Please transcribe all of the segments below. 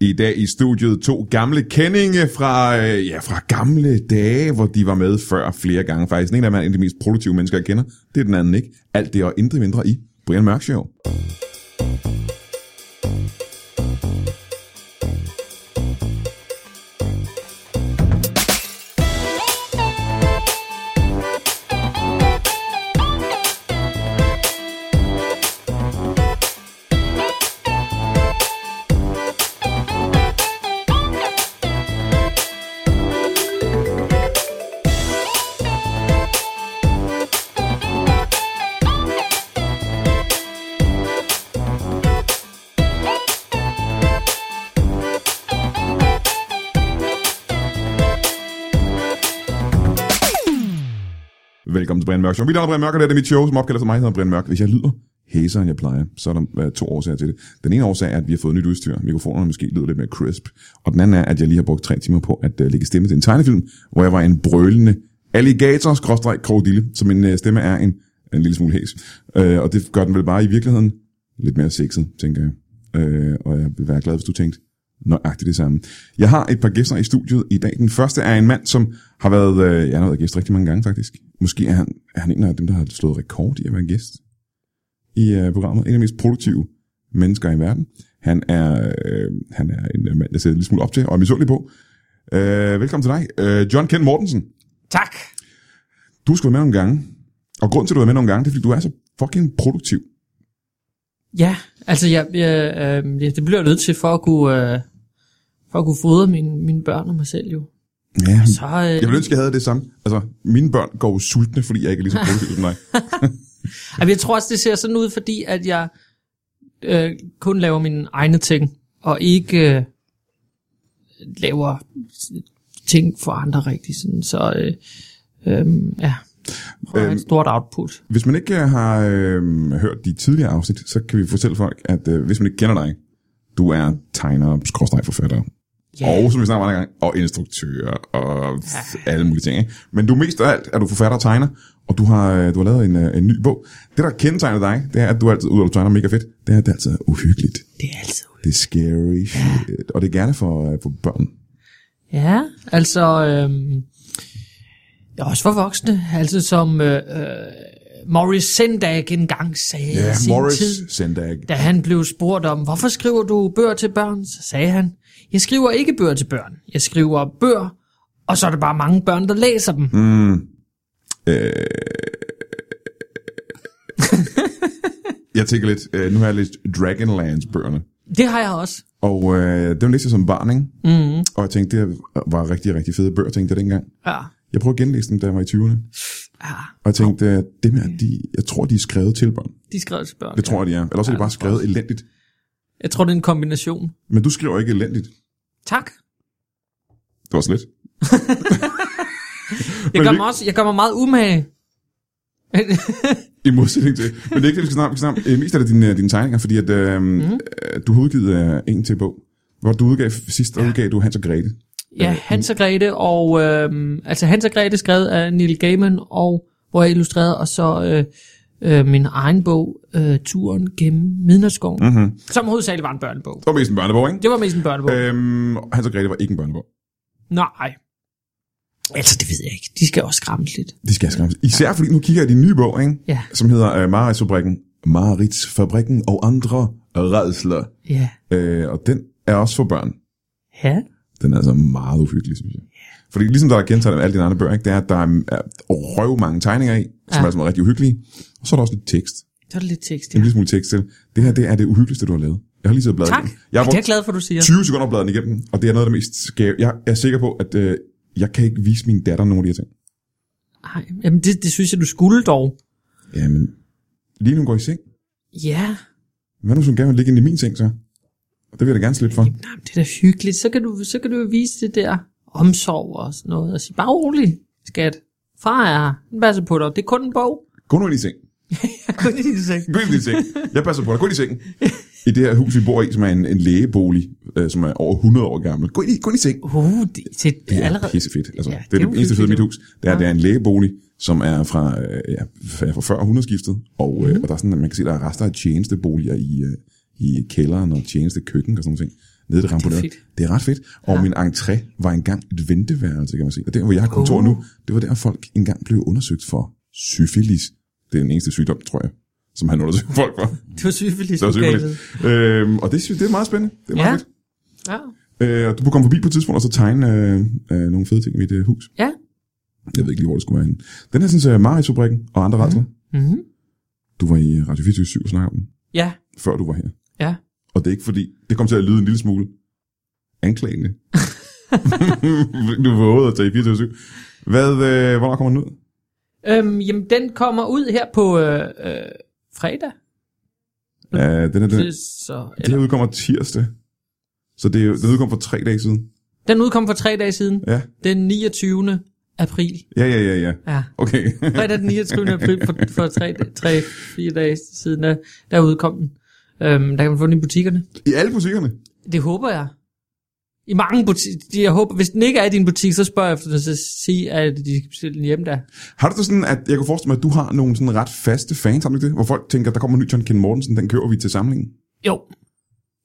I dag i studiet to gamle kendinge fra, øh, ja, fra gamle dage, hvor de var med før flere gange faktisk. Den ene af dem er en af de mest produktive mennesker, jeg kender. Det er den anden ikke. Alt det og intet mindre i Brian Mørk Show. Velkommen til Brian Mørk Show. Mit navn er Brian Mørk, og det er mit show, som opkalder sig mig, Jeg hedder Brian Mørk. Hvis jeg lyder hæser, end jeg plejer, så er der øh, to årsager til det. Den ene årsag er, at vi har fået nyt udstyr. Mikrofonerne måske lyder lidt mere crisp. Og den anden er, at jeg lige har brugt tre timer på at øh, lægge stemme til en tegnefilm, hvor jeg var en brølende alligator-krokodille, så min øh, stemme er en, en lille smule hæs. Øh, og det gør den vel bare i virkeligheden lidt mere sexet, tænker jeg. Øh, og jeg vil være glad, hvis du tænkte nøjagtigt det samme. Jeg har et par gæster i studiet i dag. Den første er en mand, som har været, øh, ja, han har været gæst rigtig mange gange faktisk. Måske er han, er han en af dem, der har slået rekord i at være gæst i øh, programmet. En af de mest produktive mennesker i verden. Han er, øh, han er en øh, mand, jeg ser lidt smule op til og er misundelig på. Øh, velkommen til dig, øh, John Ken Mortensen. Tak. Du skal være med nogle gange. Og grunden til, at du er med nogle gange, det er, fordi du er så fucking produktiv. Ja, altså jeg, jeg, øh, ja, det bliver jeg nødt til for at kunne, øh, for at kunne fodre mine, mine børn og mig selv jo. Ja, Så, øh, jeg ville ønske, jeg havde det samme. Altså, mine børn går jo sultne, fordi jeg ikke er lige så produktiv som dig. altså, jeg tror også, det ser sådan ud, fordi at jeg øh, kun laver mine egne ting, og ikke øh, laver ting for andre rigtigt. Sådan. Så øh, øh, ja, det er Øhm. et stort output. Hvis man ikke øh, har øh, hørt de tidligere afsnit, så kan vi fortælle folk, at øh, hvis man ikke kender dig, du er tegner, skråstreg forfatter, Ja, og som vi snakker om andre gang, og instruktør, og ja. alle mulige ting. Ikke? Men du mest af alt er du forfatter og tegner, og du har, øh, du har lavet en, øh, en ny bog. Det, der kendetegner dig, det er, at du altid, udover at du tegner mega fedt, det er, at det altid er uhyggeligt. det er altid Det er scary shit, og det er gerne for, øh, for børn. Ja, altså øhm, ja, også for voksne, altså som øh, øh, Morris Sendak engang sagde Ja, i sin Morris tid, Sendak. da han blev spurgt om, hvorfor skriver du bøger til børn, så sagde han, jeg skriver ikke bøger til børn, jeg skriver bøger, og så er der bare mange børn, der læser dem. Mm. Jeg tænker lidt, øh, nu har jeg læst Dragonlance-bøgerne. Det har jeg også. Og øh, dem læste jeg som barn, ikke? Mm. Og jeg tænkte, det var rigtig, rigtig fede bøger, tænkte jeg dengang. Ja, Jeg prøvede at genlæse dem, da jeg var i 20'erne. ja Og jeg tænkte, øh, at dem her, de, jeg tror, de er skrevet til børn. de skrev til børn. Det tror jeg, de er. Eller også er de bare skrevet elendigt. Jeg tror, det er en kombination. Men du skriver ikke elendigt. Tak. Det var så lidt. Jeg gør vi- mig, også, jeg gør mig meget umage. I modsætning til. Men det er ikke det, vi skal snakke om. Vi skal snakke om. Øh, mest er det dine, øh, dine tegninger, fordi at, øh, mm. du har udgivet øh, en til bog. Hvor du udgav sidst, der udgav du Hans og Grete. Ja, Hans og Grete, og øhm, altså Hans og Grete skrevet af Neil Gaiman, og hvor jeg illustrerede, og så øh, øh, min egen bog, øh, Turen gennem Midnatsskoven, mm-hmm. som hovedsageligt var en børnebog. Det var mest en børnebog, ikke? Det var mest en børnebog. Øh. Øhm, Hans og Grete var ikke en børnebog. Nej. Altså, det ved jeg ikke. De skal også skræmmes lidt. Det skal jeg skræmme. Især fordi nu kigger jeg i din nye bog, ikke? Ja. som hedder øh, Maritsfabrikken. Maritsfabrikken og andre redsler. Ja. Øh, og den er også for børn. Ja. Den er altså meget uhyggelig, synes jeg. Fordi ligesom der er kendetegnet med alle dine andre bøger, ikke, det er, at der er, er røv mange tegninger i, som Ja. altså er rigtig uhyggelige. Og så er der også lidt tekst. Så er det lidt tekst, En ja. lille smule tekst til. Det her, det er det uhyggeligste, du har lavet. Jeg har lige siddet og bladet Tak. igennem. Jeg Jeg har det er jeg brugt glad for, du siger. 20 sekunder bladet igennem, og det er noget af det mest skæve. Jeg er sikker på, at øh, jeg kan ikke vise min datter nogle af de her ting. Nej, jamen det, det synes jeg, du skulle dog. Jamen, lige nu går i seng. Ja. Hvad nu, hvis hun gerne vil ligge inde i min seng, så? Og det vil jeg da gerne slippe for. Nå, men det er da hyggeligt. Så kan du, så kan du jo vise det der omsorg og sådan noget. Og sige, bare rolig, skat. Far er her. Den passer på dig. Det er kun en bog. Uh, Gå nu ind i seng. Kun i din seng. Gå ind i din seng. Jeg passer på dig. Gå ind i sengen. I det her hus, vi bor i, som er en, en lægebolig, øh, som er over 100 år gammel. Gå ind i, gå ind i seng. Uh, det, det, Det det er er allerede... pissefedt. Altså, Ja, det er det er det, eneste fede uhyggeligt, ved mit jo. hus. Det er, at det er en lægebolig, som er fra, øh, ja, fra fra før århundredeskiftet. Og, øh, og der er sådan, at man kan se, at der er rester af tjenesteboliger i, øh, i kælderen og tjenestekøkken og sådan noget. nede i det ramponade. fedt. Det er ret fedt. Og ja. min entré var engang et venteværelse, kan man sige. Og der, hvor jeg har kontor Uh. nu, det var der, folk engang blev undersøgt for syfilis. Det er den eneste sygdom, tror jeg, som han undersøgte folk for. Det var syfilis. Det var okay. syfilis. Øhm, og det, synes- det er meget spændende. Det er meget Ja. fedt. Ja. Øh, og du kunne komme forbi på et tidspunkt og så tegne øh, øh, nogle fede ting i mit øh, hus. Ja. Jeg ved ikke lige, hvor det skulle være henne. Den her, synes jeg, Marit-fabrikken og andre mm. redsler. Mm-hmm. Du var i Radio 24 og snakkede om den, Ja, før du var her. ja. Og det er ikke fordi, det kom til at lyde en lille smule anklagende. du vågede at tage i 24 Hvad, øh, hvornår kommer den ud? Øhm, jamen, den kommer ud her på øh, øh, fredag. Uh, den er, den, Det, så, det eller, her udkommer tirsdag. Så det er, jo- den udkom for tre dage siden. den udkom for tre dage siden. Ja, Den 29. april. ja, ja, ja. ja. Ja. Okay. Fredag den 29. april for, for tre, tre, fire dage siden, der, der udkom den. Øhm, der kan man få den i butikkerne. I alle butikkerne? Det håber jeg. I mange butikker. Jeg håber, hvis den ikke er i din butik, så spørger jeg efter den, så sig, at de kan bestille den hjemme der. Har du det sådan, at jeg kunne forestille mig, at du har nogle sådan ret faste fans, har du ikke det? Hvor folk tænker, der kommer en ny John Ken Mortensen, den kører vi til samlingen. Jo. Og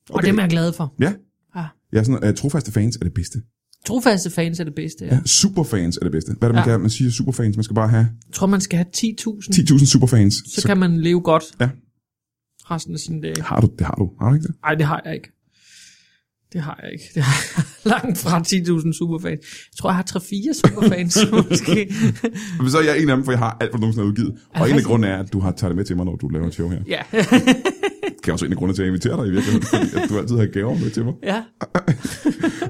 Okay. okay. dem er jeg glad for. Ja. Ja. Jeg er sådan, uh, trofaste fans er det bedste. Trofaste fans er det bedste. Ja. Ja. Superfans er det bedste. Hvad er det, man Ja. kan? Man siger superfans, man skal bare have Jeg tror, man skal have 10.000. 10.000 superfans. så kan man leve godt Ja. resten af sine dage. Har du, det har du, har du ikke det? Nej, det har jeg ikke. Det har jeg ikke. Det har jeg langt fra 10.000 superfans. Jeg tror, jeg har 3-4 superfans måske. Men så er jeg en af dem, for jeg har alt, hvad du nogensinde har udgivet. Og en af rigtigt? grunden er, at du har taget det med til mig, når du laver et show her. ja. Det er også en af grunden til, at jeg inviterer dig i virkeligheden, fordi at du altid har gaver med til mig. ja.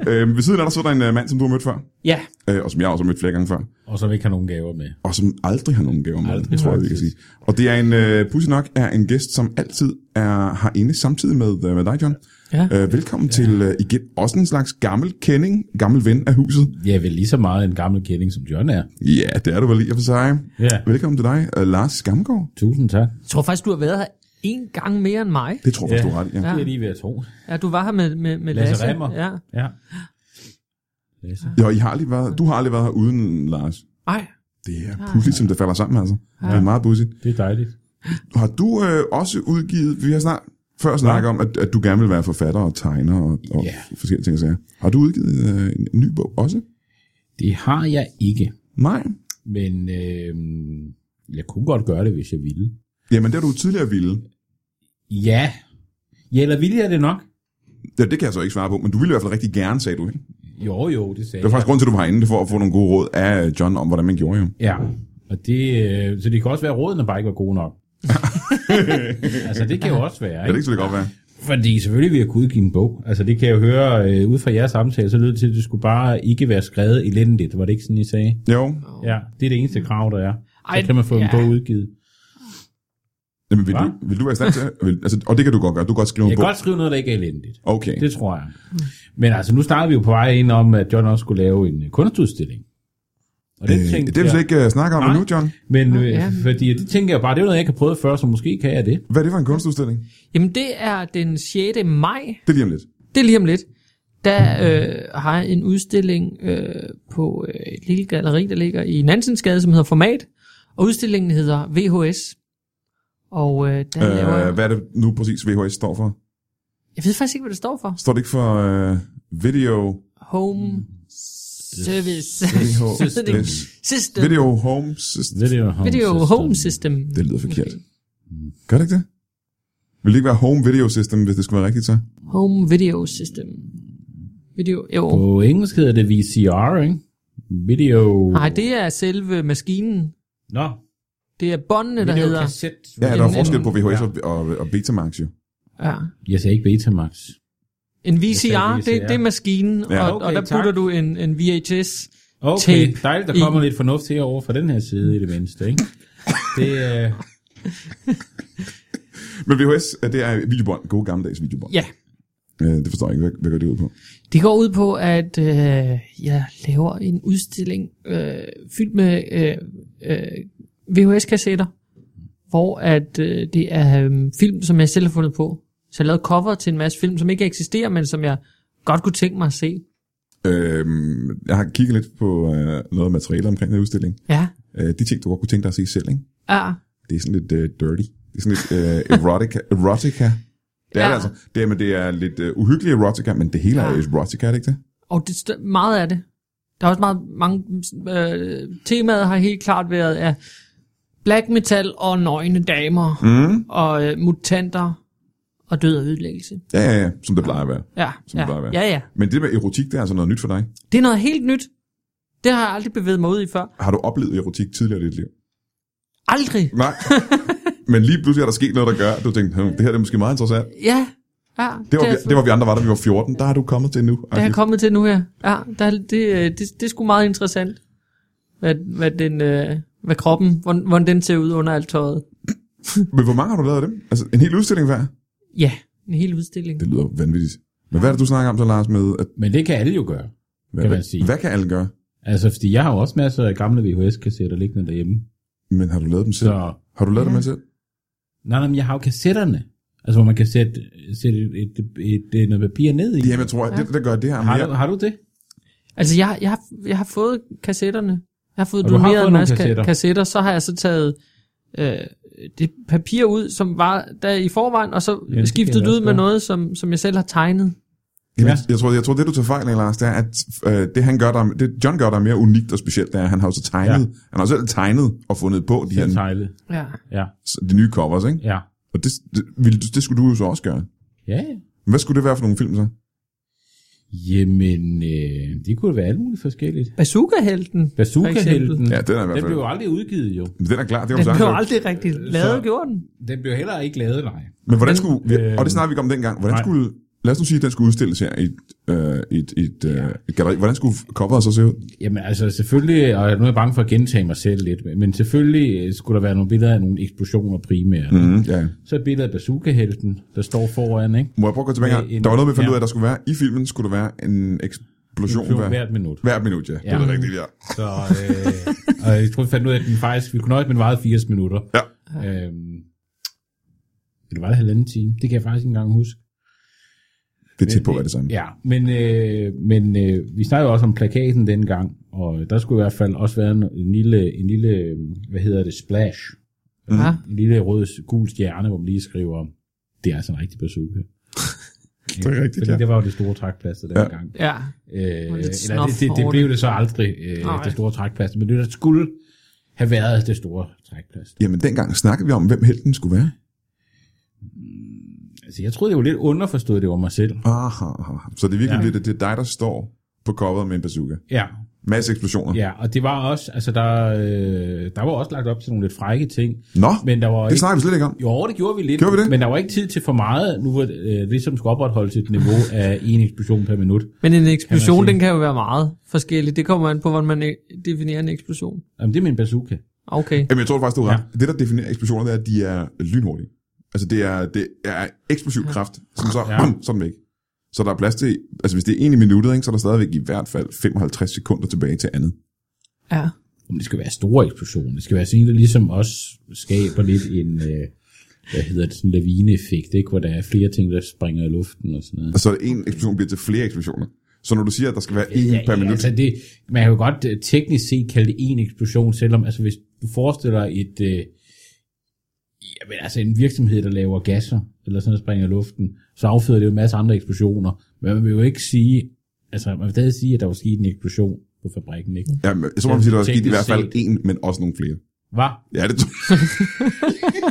Øh, ved siden af dig så er der en øh, mand, som du har mødt før, Ja. øh, og som jeg også har mødt flere gange før. Og så vil ikke have nogen gaver med. og som aldrig har nogen gaver med, Aldrig, tror jeg, vi kan faktisk. sige. Og det er en, uh, pudsigt nok, er en gæst, som altid er herinde samtidig med, uh, med dig, John. Ja. Uh, velkommen ja. til uh, igen også en slags gammel kending, gammel ven af huset. Jeg er vel lige så meget en gammel kending, som John er. Ja, det er du vel lige for sig. Ja. Velkommen til dig, uh, Lars Skamgaard. Tusind tak. Jeg tror faktisk, du har været her en gang mere end mig. Det tror jeg, Ja. ja. du har ret i. Ja. Det er lige ved at tro. Ja, du var her med, med, med Lasse Lasse. Remmer. Ja. Ja. Lasse. Jo, I har aldrig været, du har aldrig været her uden Lars. Ej. Det er pudsigt, som det falder sammen, altså. Ja. Det er meget pudsigt. Det er dejligt. Har du øh, også udgivet, vi har snart før snakket om, at, at du gerne vil være forfatter og tegner og, og Ja. forskellige ting og sager. Har du udgivet øh, en ny bog også? Det har jeg ikke, Nej. men øh, jeg kunne godt gøre det, hvis jeg ville. Jamen, det har du tidligere ville. Ja. Ja, eller ville jeg det nok? Ja, det kan jeg så ikke svare på, men du ville i hvert fald rigtig gerne, sagde du. Ikke? Jo, jo, det Det sagde var jeg. faktisk grund til, at du var herinde, det er for at få nogle gode råd af John om, hvordan man gjorde jo. Ja, og det, øh, så det kan også være, at rådene bare ikke var gode nok. altså, det kan jo også være, Ja, det ikke? ikke så det godt være. Fordi selvfølgelig vil jeg kunne udgive en bog. Altså, det kan jeg jo høre øh, ud fra jeres samtale, så lød det til, at det skulle bare ikke være skrevet elendigt. Var det ikke sådan, I sagde? Jo, Ja, det er det eneste krav, der er. Ej, Så kan man få en ja. bog udgivet. Jamen, vil, Hva? du, vil du være i stand til vil, altså, Og det kan du godt gøre, du kan godt skrive Jeg en kan bog. godt skrive noget, der ikke er elendigt. Okay, Det tror jeg. Men altså, nu starter vi jo på vej ind om, at John også skulle lave en øh, kunstudstilling. Og det, øh, øh, tænkte det vil vi jeg, slet ikke uh, snakke om Nej. endnu, John. Men øh, ja. fordi det tænker jeg bare, det er noget, jeg ikke har prøvet før, så måske kan jeg det. Hvad er det for en kunstudstilling? Jamen, det er den 6. maj. Det er lige om lidt. Det er lige om lidt. Der øh, har jeg en udstilling øh, på øh, et lille galleri, der ligger i Nansensgade, som hedder Format. Og udstillingen hedder VHS. Og øh, der øh, laver Øh, jeg... hvad er det nu præcis, VHS står for? Jeg ved faktisk ikke, hvad det står for. Står det ikke for øh, video, Mm. Home Service VHS, System. video home system? Det er jo home Video system. Home System. Det lyder forkert. Gør det ikke det? Vil det ikke være home video system, hvis det skulle være rigtigt så? Home Video System. Video... Jo. På engelsk hedder det VCR, ikke? Video... Nej, det er selve maskinen. Nå, Det er båndene, der hedder... videokasset. Ja, der er en- forskel på VHS Ja. og, og, og Betamax jo. Ja. Jeg sagde ikke Betamax. En sagde VCR, det, VCR. det er maskinen, Ja. ja, og, okay, Okay, og der tak. putter du en, en VHS. Okay, Tape dejligt, der i- kommer lidt fornuft herover fra den her side i det mindste, ikke? Det, øh, Men VHS, øh, det er videobånd. Gode gammeldags videobånd. Ja, Øh, det forstår jeg ikke. Hvad, hvad går det ud på? det går ud på, at øh, jeg laver en udstilling øh, fyldt med øh, øh, VHS-kassetter, hvor at øh, det er øh, film, som jeg selv har fundet på. Så jeg lavede cover til en masse film, som ikke eksisterer, men som jeg godt kunne tænke mig at se. Øhm, jeg har kigget lidt på øh, noget materiale omkring den her udstilling. Ja, Øh, de ting, du godt kunne tænke dig at se selv, ikke? ja. Det er sådan lidt øh, dirty. Det er sådan lidt øh, erotica. erotica. Det er ja. Ja. det altså. Det er, men det er lidt uh, uhyggelig erotica, men det hele ja. er Ja. erotica, er det ikke det? Og det, stø- meget af det. Der er også meget mange... Øh, temaet har helt klart været af black metal og nøgne damer Mm. og øh, mutanter og død og ødelæggelse. Ja, ja, ja, som det plejer at være. Ja, Som det ja, plejer at være. ja, ja. Men det med erotik, det er altså noget nyt for dig. Det er noget helt nyt. Det har jeg aldrig bevæget mig ud i før. Har du oplevet erotik tidligere i dit liv? Aldrig. Nej. men lige pludselig er der sket noget, der gør, at du tænkte, "Hm, det her det er måske meget interessant. Ja, ja. Det var, er- altså- vi, det var vi andre var, da vi var 14. Der er du kommet til nu. Det er jeg kommet til nu her. Ja, der, er- det, øh, det, det er sgu meget interessant, hvad, hvad, den, øh, hvad kroppen, hvordan, hvordan den ser ud under alt tøjet. Men hvor mange har du lavet af dem? Altså, en hel udstilling hver? Ja, en hel udstilling. Det lyder vanvittigt. Men hvad er det, du snakker om så, Lars, med, at, Men det kan alle jo gøre. hvad, Kan man sige. hvad kan alle gøre? Altså, fordi jeg har jo også masser af gamle VHS-kassetter liggende derhjemme. Men har du lavet dem selv? Så, Har du lavet ja. Ja. dem selv? nej, nej, men jeg har jo kassetterne. Altså, hvor man kan sætte, sætte et, et, et, et, noget papir ned i. Jamen, jeg tror, at det, der gør det her har, mere... du, har du det? Altså, jeg, jeg, har, jeg har fået kassetterne. Jeg har fået Og du har doneret fået en nogle masse kassetter. kassetter. kassetter. Så har jeg så taget øh, det papir ud, som var der i forvejen, og så Ja, det ja, skiftet kan jeg det ud også med gøre. noget, som, som jeg selv har tegnet. Jamen, Ja. jeg, jeg, tror, jeg tror, det du tager fejl af, Lars, det er, at øh, det, han gør, der, er- det John gør, der er mere unikt og specielt, det er, at han har jo så tegnet, ja. Ja. han har jo selv tegnet og fundet på de, her, Selv tegle. Ja. Ja, de nye covers, ikke? ja. Og det, det, ville, du- det skulle du jo så også gøre. Ja, ja. Hvad skulle det være for nogle film så? Jamen, øh, det kunne være alt muligt forskelligt. Bazooka-helten. Bazooka-helten, Ja, den er i hvert den fald... blev jo aldrig udgivet jo. Men den er klar, det er jo Den blev sagt. aldrig rigtig lavet, så- gjorde den. Den blev heller ikke lavet, nej. Men hvordan den- skulle... Vi, øh, og det snakker vi ikke om dengang. Hvordan nej. skulle... Lad os nu sige, at den skulle udstilles her i et, øh, et, et, øh, et galleri. Hvordan skulle coveret så se ud? Jamen altså selvfølgelig, og nu er jeg bange for at gentage mig selv lidt, men men selvfølgelig øh, skulle der være nogle billeder af nogle eksplosioner primært. Mm. Mm-hmm. Ja. Så et billede af bazookahelten, der står foran, ikke? Må jeg prøve at gå tilbage Med her? Øh, en- Der var noget, vi fandt ja. ud af, at der skulle være... I filmen skulle der være en eksplosion hver, hvert minut. hvert minut, ja. ja. Det Ja. er det rigtigt, ja. Så, øh, og jeg tror, vi fandt ud af, at den faktisk, vi kunne nøjes med, at den varede 80 minutter. Ja. Øhm, eller var det halvanden time? Det kan jeg faktisk ikke engang huske. Det er tæt på at være det samme. Ja, men, øh, men øh, vi snakkede jo også om plakaten dengang, og der skulle i hvert fald også være en, en lille, en lille øh, hvad hedder det, splash. Mm. Ja. En lille rød, s- gul stjerne, hvor man lige skriver, det er altså en rigtig bazooka. Det er rigtigt, Fordi ja. det var jo det store trækplaster dengang. Ja. Ja. Øh, Og lidt eller snof det, det, det over blev det så aldrig, øh, Nej. det store trækplaster, men det der skulle have været det store trækplaster. Jamen, dengang snakkede vi om, hvem helten skulle være. Altså, jeg troede, det var lidt underforstået, det var mig selv. Aha, aha. Så det er virkelig Ja. lidt, at det er dig, der står på coveret med en bazooka. Ja, Masse eksplosioner. Ja, og det var også, altså der, øh, der var også lagt op til nogle lidt frække ting, Nå, men der var det ikke, snakker vi slet ikke om. jo, det gjorde vi lidt, Gjorde vi det? men der var ikke tid til for meget, nu hvor øh, det som skulle opretholde sit niveau af en eksplosion per minut. Men en eksplosion, sige. den kan jo være meget forskellig. Det kommer an på, hvordan man øh, definerer en eksplosion. Jamen, det er min bazooka. Okay. Jamen, jeg tror faktisk, du har Ja. ret. Det, der definerer eksplosioner, det er, at de er lynhurtige. Altså, det er, det er eksplosiv kraft, som så, ja. Ja. bum, så er den væk. Så der er plads til, altså hvis det er en i minuttet, ikke, så er der stadigvæk i hvert fald 55 sekunder tilbage til andet. Ja. Om det skal være store eksplosioner, det skal være sådan en, der ligesom også skaber lidt en, øh, hvad hedder det, sådan en lavineeffekt, ikke? hvor der er flere ting, der springer i luften og sådan noget. Og så er en eksplosion bliver til flere eksplosioner. Så når du siger, at der skal være en per minut, Altså det, man kan jo godt øh, teknisk set kalde det en eksplosion, selvom altså hvis du forestiller dig et, øh, jamen, altså en virksomhed, der laver gasser, eller sådan noget, springer i luften, så afføder det jo en masse andre eksplosioner. Men man vil jo ikke sige, altså man vil stadig sige, at der var sket en eksplosion på fabrikken, ikke? ja, men så må man sige, at der er sket i Teknisk hvert fald set. en, men også nogle flere. Hvad? Ja, det tror jeg.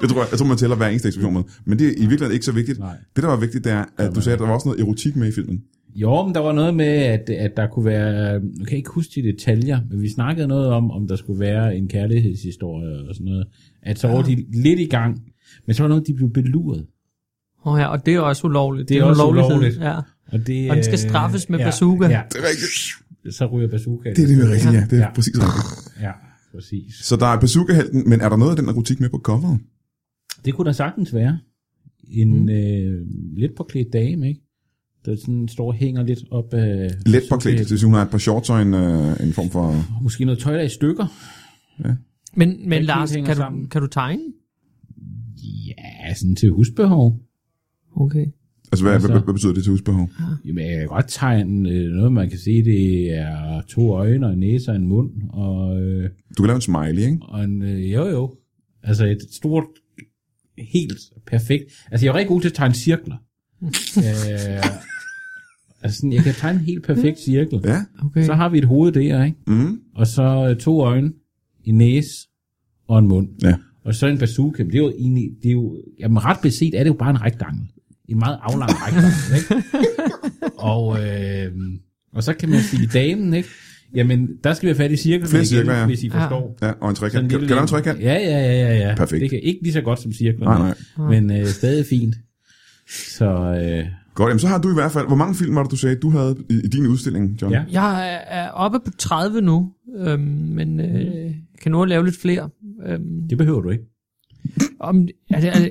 det tror jeg, jeg tror, man tæller hver eneste eksplosion med. Men det er i virkeligheden ikke så vigtigt. Nej. Det, der var vigtigt, det er, at du sagde, at der var også noget erotik med i filmen. Jo, men der var noget med, at, at der kunne være, nu kan jeg ikke huske de detaljer, men vi snakkede noget om, om der skulle være en kærlighedshistorie og sådan noget. At Ah. så var de lidt i gang, men så var der noget, de blev beluret. Oh, ja. Og det er også ulovligt. Det er en også ulovlighed. ulovligt. Ja. Og, det, Og den skal øh, straffes med bazooka. Ja, Det er rigtigt. så ryger bazooka. Det er det, rigtigt, ja. Det er Ja. præcis rigtigt. Ja, præcis. Så der er bazookahelten, men er der noget af den erotik med på coveret? Det kunne da sagtens være en mm. øh, lidt påklædt dame, ikke? Der sådan står og hænger lidt op af... Let påklædt, det vil sige, hun har et par shorts og en, øh, en form for... Måske noget tøj, der er i stykker. Men, men helt Lars, hænger kan du, sammen. kan du tegne? Ja, sådan til husbehov. Okay. Altså, hvad, altså, Altså- hvad, hvad betyder det til husbehov? Jamen, jeg kan godt tegne øh, noget, man kan se. Det er to øjne og en næse og en mund. Og, øh, Du kan lave en smiley, ikke? og en, øh, jo, jo. Altså et stort helt perfekt. Altså, jeg er rigtig god til at tegne cirkler. øh, altså, sådan, jeg kan tegne en helt perfekt cirkel. Ja. Okay. Så har vi et hoved der, ikke? Mm. Og så øh, to øjne, en næse og en mund. Ja. Og så en bazooka. Men det er jo egentlig, det er jo, jamen ret beset er det jo bare en rektangel. En meget aflang rektangel, ikke? Og, øh, og så kan man sige damen, ikke? Jamen, der skal vi have fat i cirklen Flere igen, cirkler, ja. hvis I Ja. forstår. Ja, og en Sådan trekant. en Kan, lille kan du en. en trekant? Ja, ja, ja, ja, ja. Perfekt. Det kan ikke lige så godt som cirklen. Nej, nej. Men øh, stadig fint. Så øh, Godt, jamen, så har du i hvert fald... Hvor mange film var det, du sagde, du havde i, i din udstilling, John? Ja. Jeg er- er oppe på 30 nu, øhm, men Mm. øh, kan nå at lave lidt flere. Øhm, det behøver du ikke. om, er det, er det,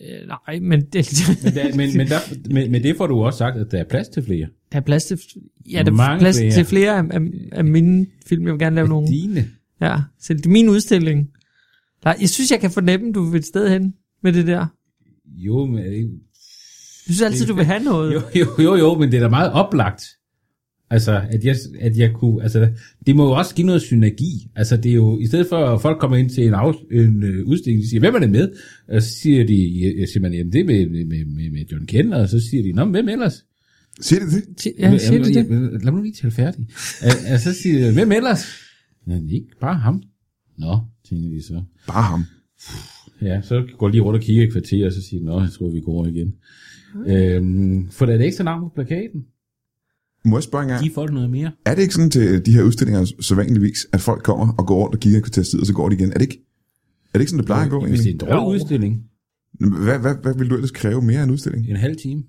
øh, nej, men det, Men, der, men, men, der, men, men det får du også sagt, at der er plads til flere. der er plads til, ja, der er Mange plads flere. til flere af, af, af mine film. Jeg vil gerne lave nogle. Dine. Ja, så det er min udstilling. Nej, jeg synes, jeg kan fornemme, du vil et sted hen med det der. Jo, men, Jeg synes altid, du vil have noget. jo, jo, jo, jo, men det er da meget oplagt. Altså, at jeg, at jeg kunne, altså, det må jo også give noget synergi. Altså, det er jo, i stedet for at folk kommer ind til en, af, en øh, udstilling, de siger, hvem er det med? Og så siger de, jeg siger man, jamen det er med, med, med, med John Kendler, og så siger de, nå, men hvem ellers? Siger det det? Ti- Ja, siger du det? Jamen, lad mig nu lige tale færdig. Øh, og så siger jeg, hvem ellers? Ja, ikke bare ham. Nå, tænker de så. Bare ham. Ja, så går jeg lige rundt og kigger i kvarter, og så siger de, nå, jeg tror, vi går igen. Øhm, for der er et ekstra navn på plakaten. Må jeg spørge engang? Giv folk noget mere. Er det ikke sådan til øh, de her udstillinger sædvanligvis, at folk kommer og går rundt og kigger et kvarters tid, og så går de igen? Er det ikke, er det ikke sådan, det plejer at gå? Hvis det er en egentlig? dårlig Jo. udstilling, Hvad, hvad, hvad vil du ellers kræve mere af en udstilling? en halv time.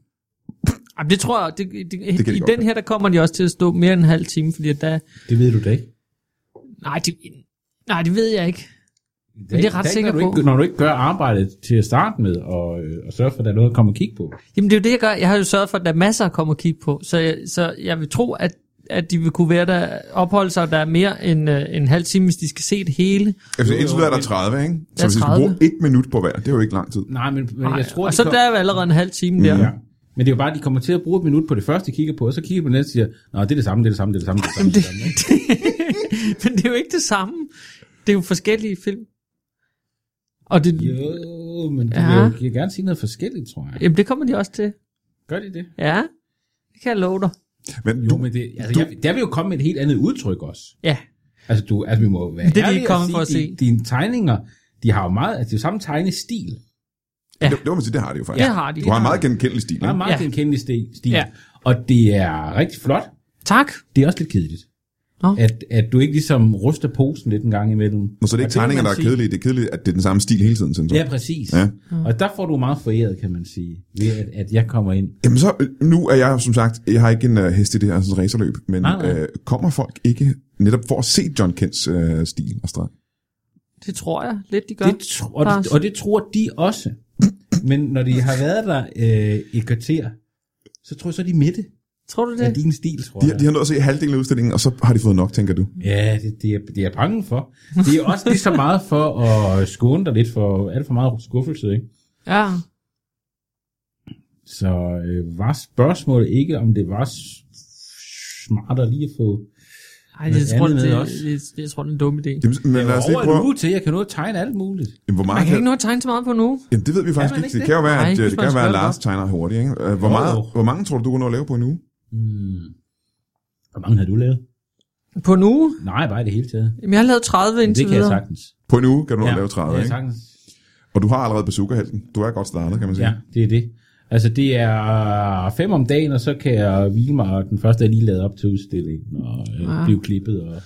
Jamen, det tror jeg, det, det, kan de i godt den her, der kommer de også til at stå mere end en halv time, fordi at der, Det ved du da ikke. nej, det, nej, det ved jeg ikke. Det er jeg ret ikke, sikker når du på. Ikke, når du ikke gør arbejdet til at starte med, og, øh, og sørge for, at der er noget at komme og kigge på. Jamen det er jo det, jeg gør. Jeg har jo sørget for, at der er masser at komme og kigge på, så jeg, så jeg vil tro, at, at de vil kunne være der, opholde sig, der er mere end øh, en halv time, hvis de skal se det hele. Altså, Jo, jo, indtil videre er der men- 30, ikke? Så Der er hvis vi skal 30. bruge et minut på hver, det er jo ikke lang tid. Nej, men, men jeg tror, og de så kom- der er jo allerede en halv time der. Ja. Men det er jo bare, at de kommer til at bruge et minut på det første, de kigger på, og så kigger de på det næste og siger, nej, det er det samme, det er det samme, det er det samme. Det er det samme, Jamen, det er det, det samme. ikke? det, men det er jo ikke det samme. Det er jo forskellige film. Og det, Jo, men de Ja. vil jo- de vil gerne sige noget forskelligt, tror jeg. jamen, det kommer de også til. Gør de det? Ja, det kan jeg love dig. Men Jo, du, men det, altså, jeg, der vil jo komme et helt andet udtryk også. Ja, Altså, du, altså vi må jo være Men det er de ærlige ikke kommet og for at sige, se. di- Dine tegninger, de har jo meget, altså det er jo samme tegnestil. ja. det, det, må man sige, det har det jo faktisk. det har de. Du har en meget genkendelig stil, Der er ikke? meget Ja. ja. genkendelig sti- stil. Ja. Ja. Og det er rigtig flot. Tak. Det er også lidt kedeligt. Nå. At, at du ikke ligesom ruster posen lidt en gang imellem. Nå, så det er Og ikke tegninger, kan der er man sige- kedelige. Det er kedeligt, at det er den samme stil hele tiden. Sådan så. Ja, præcis. Ja. Ja. Og der får du meget foræret, kan man sige, ved at, at jeg kommer ind. Jamen så, øh, nu er jeg som sagt, jeg har ikke en uh, hest i det her sådan, racerløb, men Nej, nej. øh, kommer folk ikke netop for at se John Kents øh, stil og streg? Det tror jeg lidt, de gør. Det tr- og, det, og det tror de også. Men når de har været der øh, et kvarter, så tror jeg, så er de midte tror du af det? din stil, tror De, jeg. de har nået at se halvdelen af udstillingen, og så har de fået nok, tænker du? Ja, det, det, er, det er jeg bange for. Det er også lige så meget for at skåne dig lidt for alt for meget skuffelse, ikke? Ja. Så øh, var spørgsmålet ikke, om det var s- smartere lige at få... Ej, jeg Noget tror, andet det, også. det, det, jeg tror, det er en dum idé. Jamen, men lad os lige Over en prøve. uge til, jeg kan nå at tegne alt muligt. Jamen, hvor Man meget kan ikke nå at tegne så meget på nu. Jamen, det ved vi faktisk man ikke. ikke Det kan jo være, Nej, at, øh, hvis det man kan være, at spørger Lars tegner hurtigt. Ikke? Øh, Hvor, Jo, meget, jo. hvor mange tror du, du kunne nå at lave på en uge? Hmm. Hvor mange har du lavet? På nu? Nej, bare i det hele taget. Jamen, jeg har lavet 30 Men indtil det kan jeg videre. sagtens. På en uge kan du nå at lave 30, ja, ikke? sagtens. Og du har allerede bazookahelten. Du er godt startet, kan man sige. Ja, det er det. Altså, det er øh, fem om dagen, og så kan jeg hvile mig, og den første er lige lavet op til udstillingen, og øh, Ah. blive klippet, og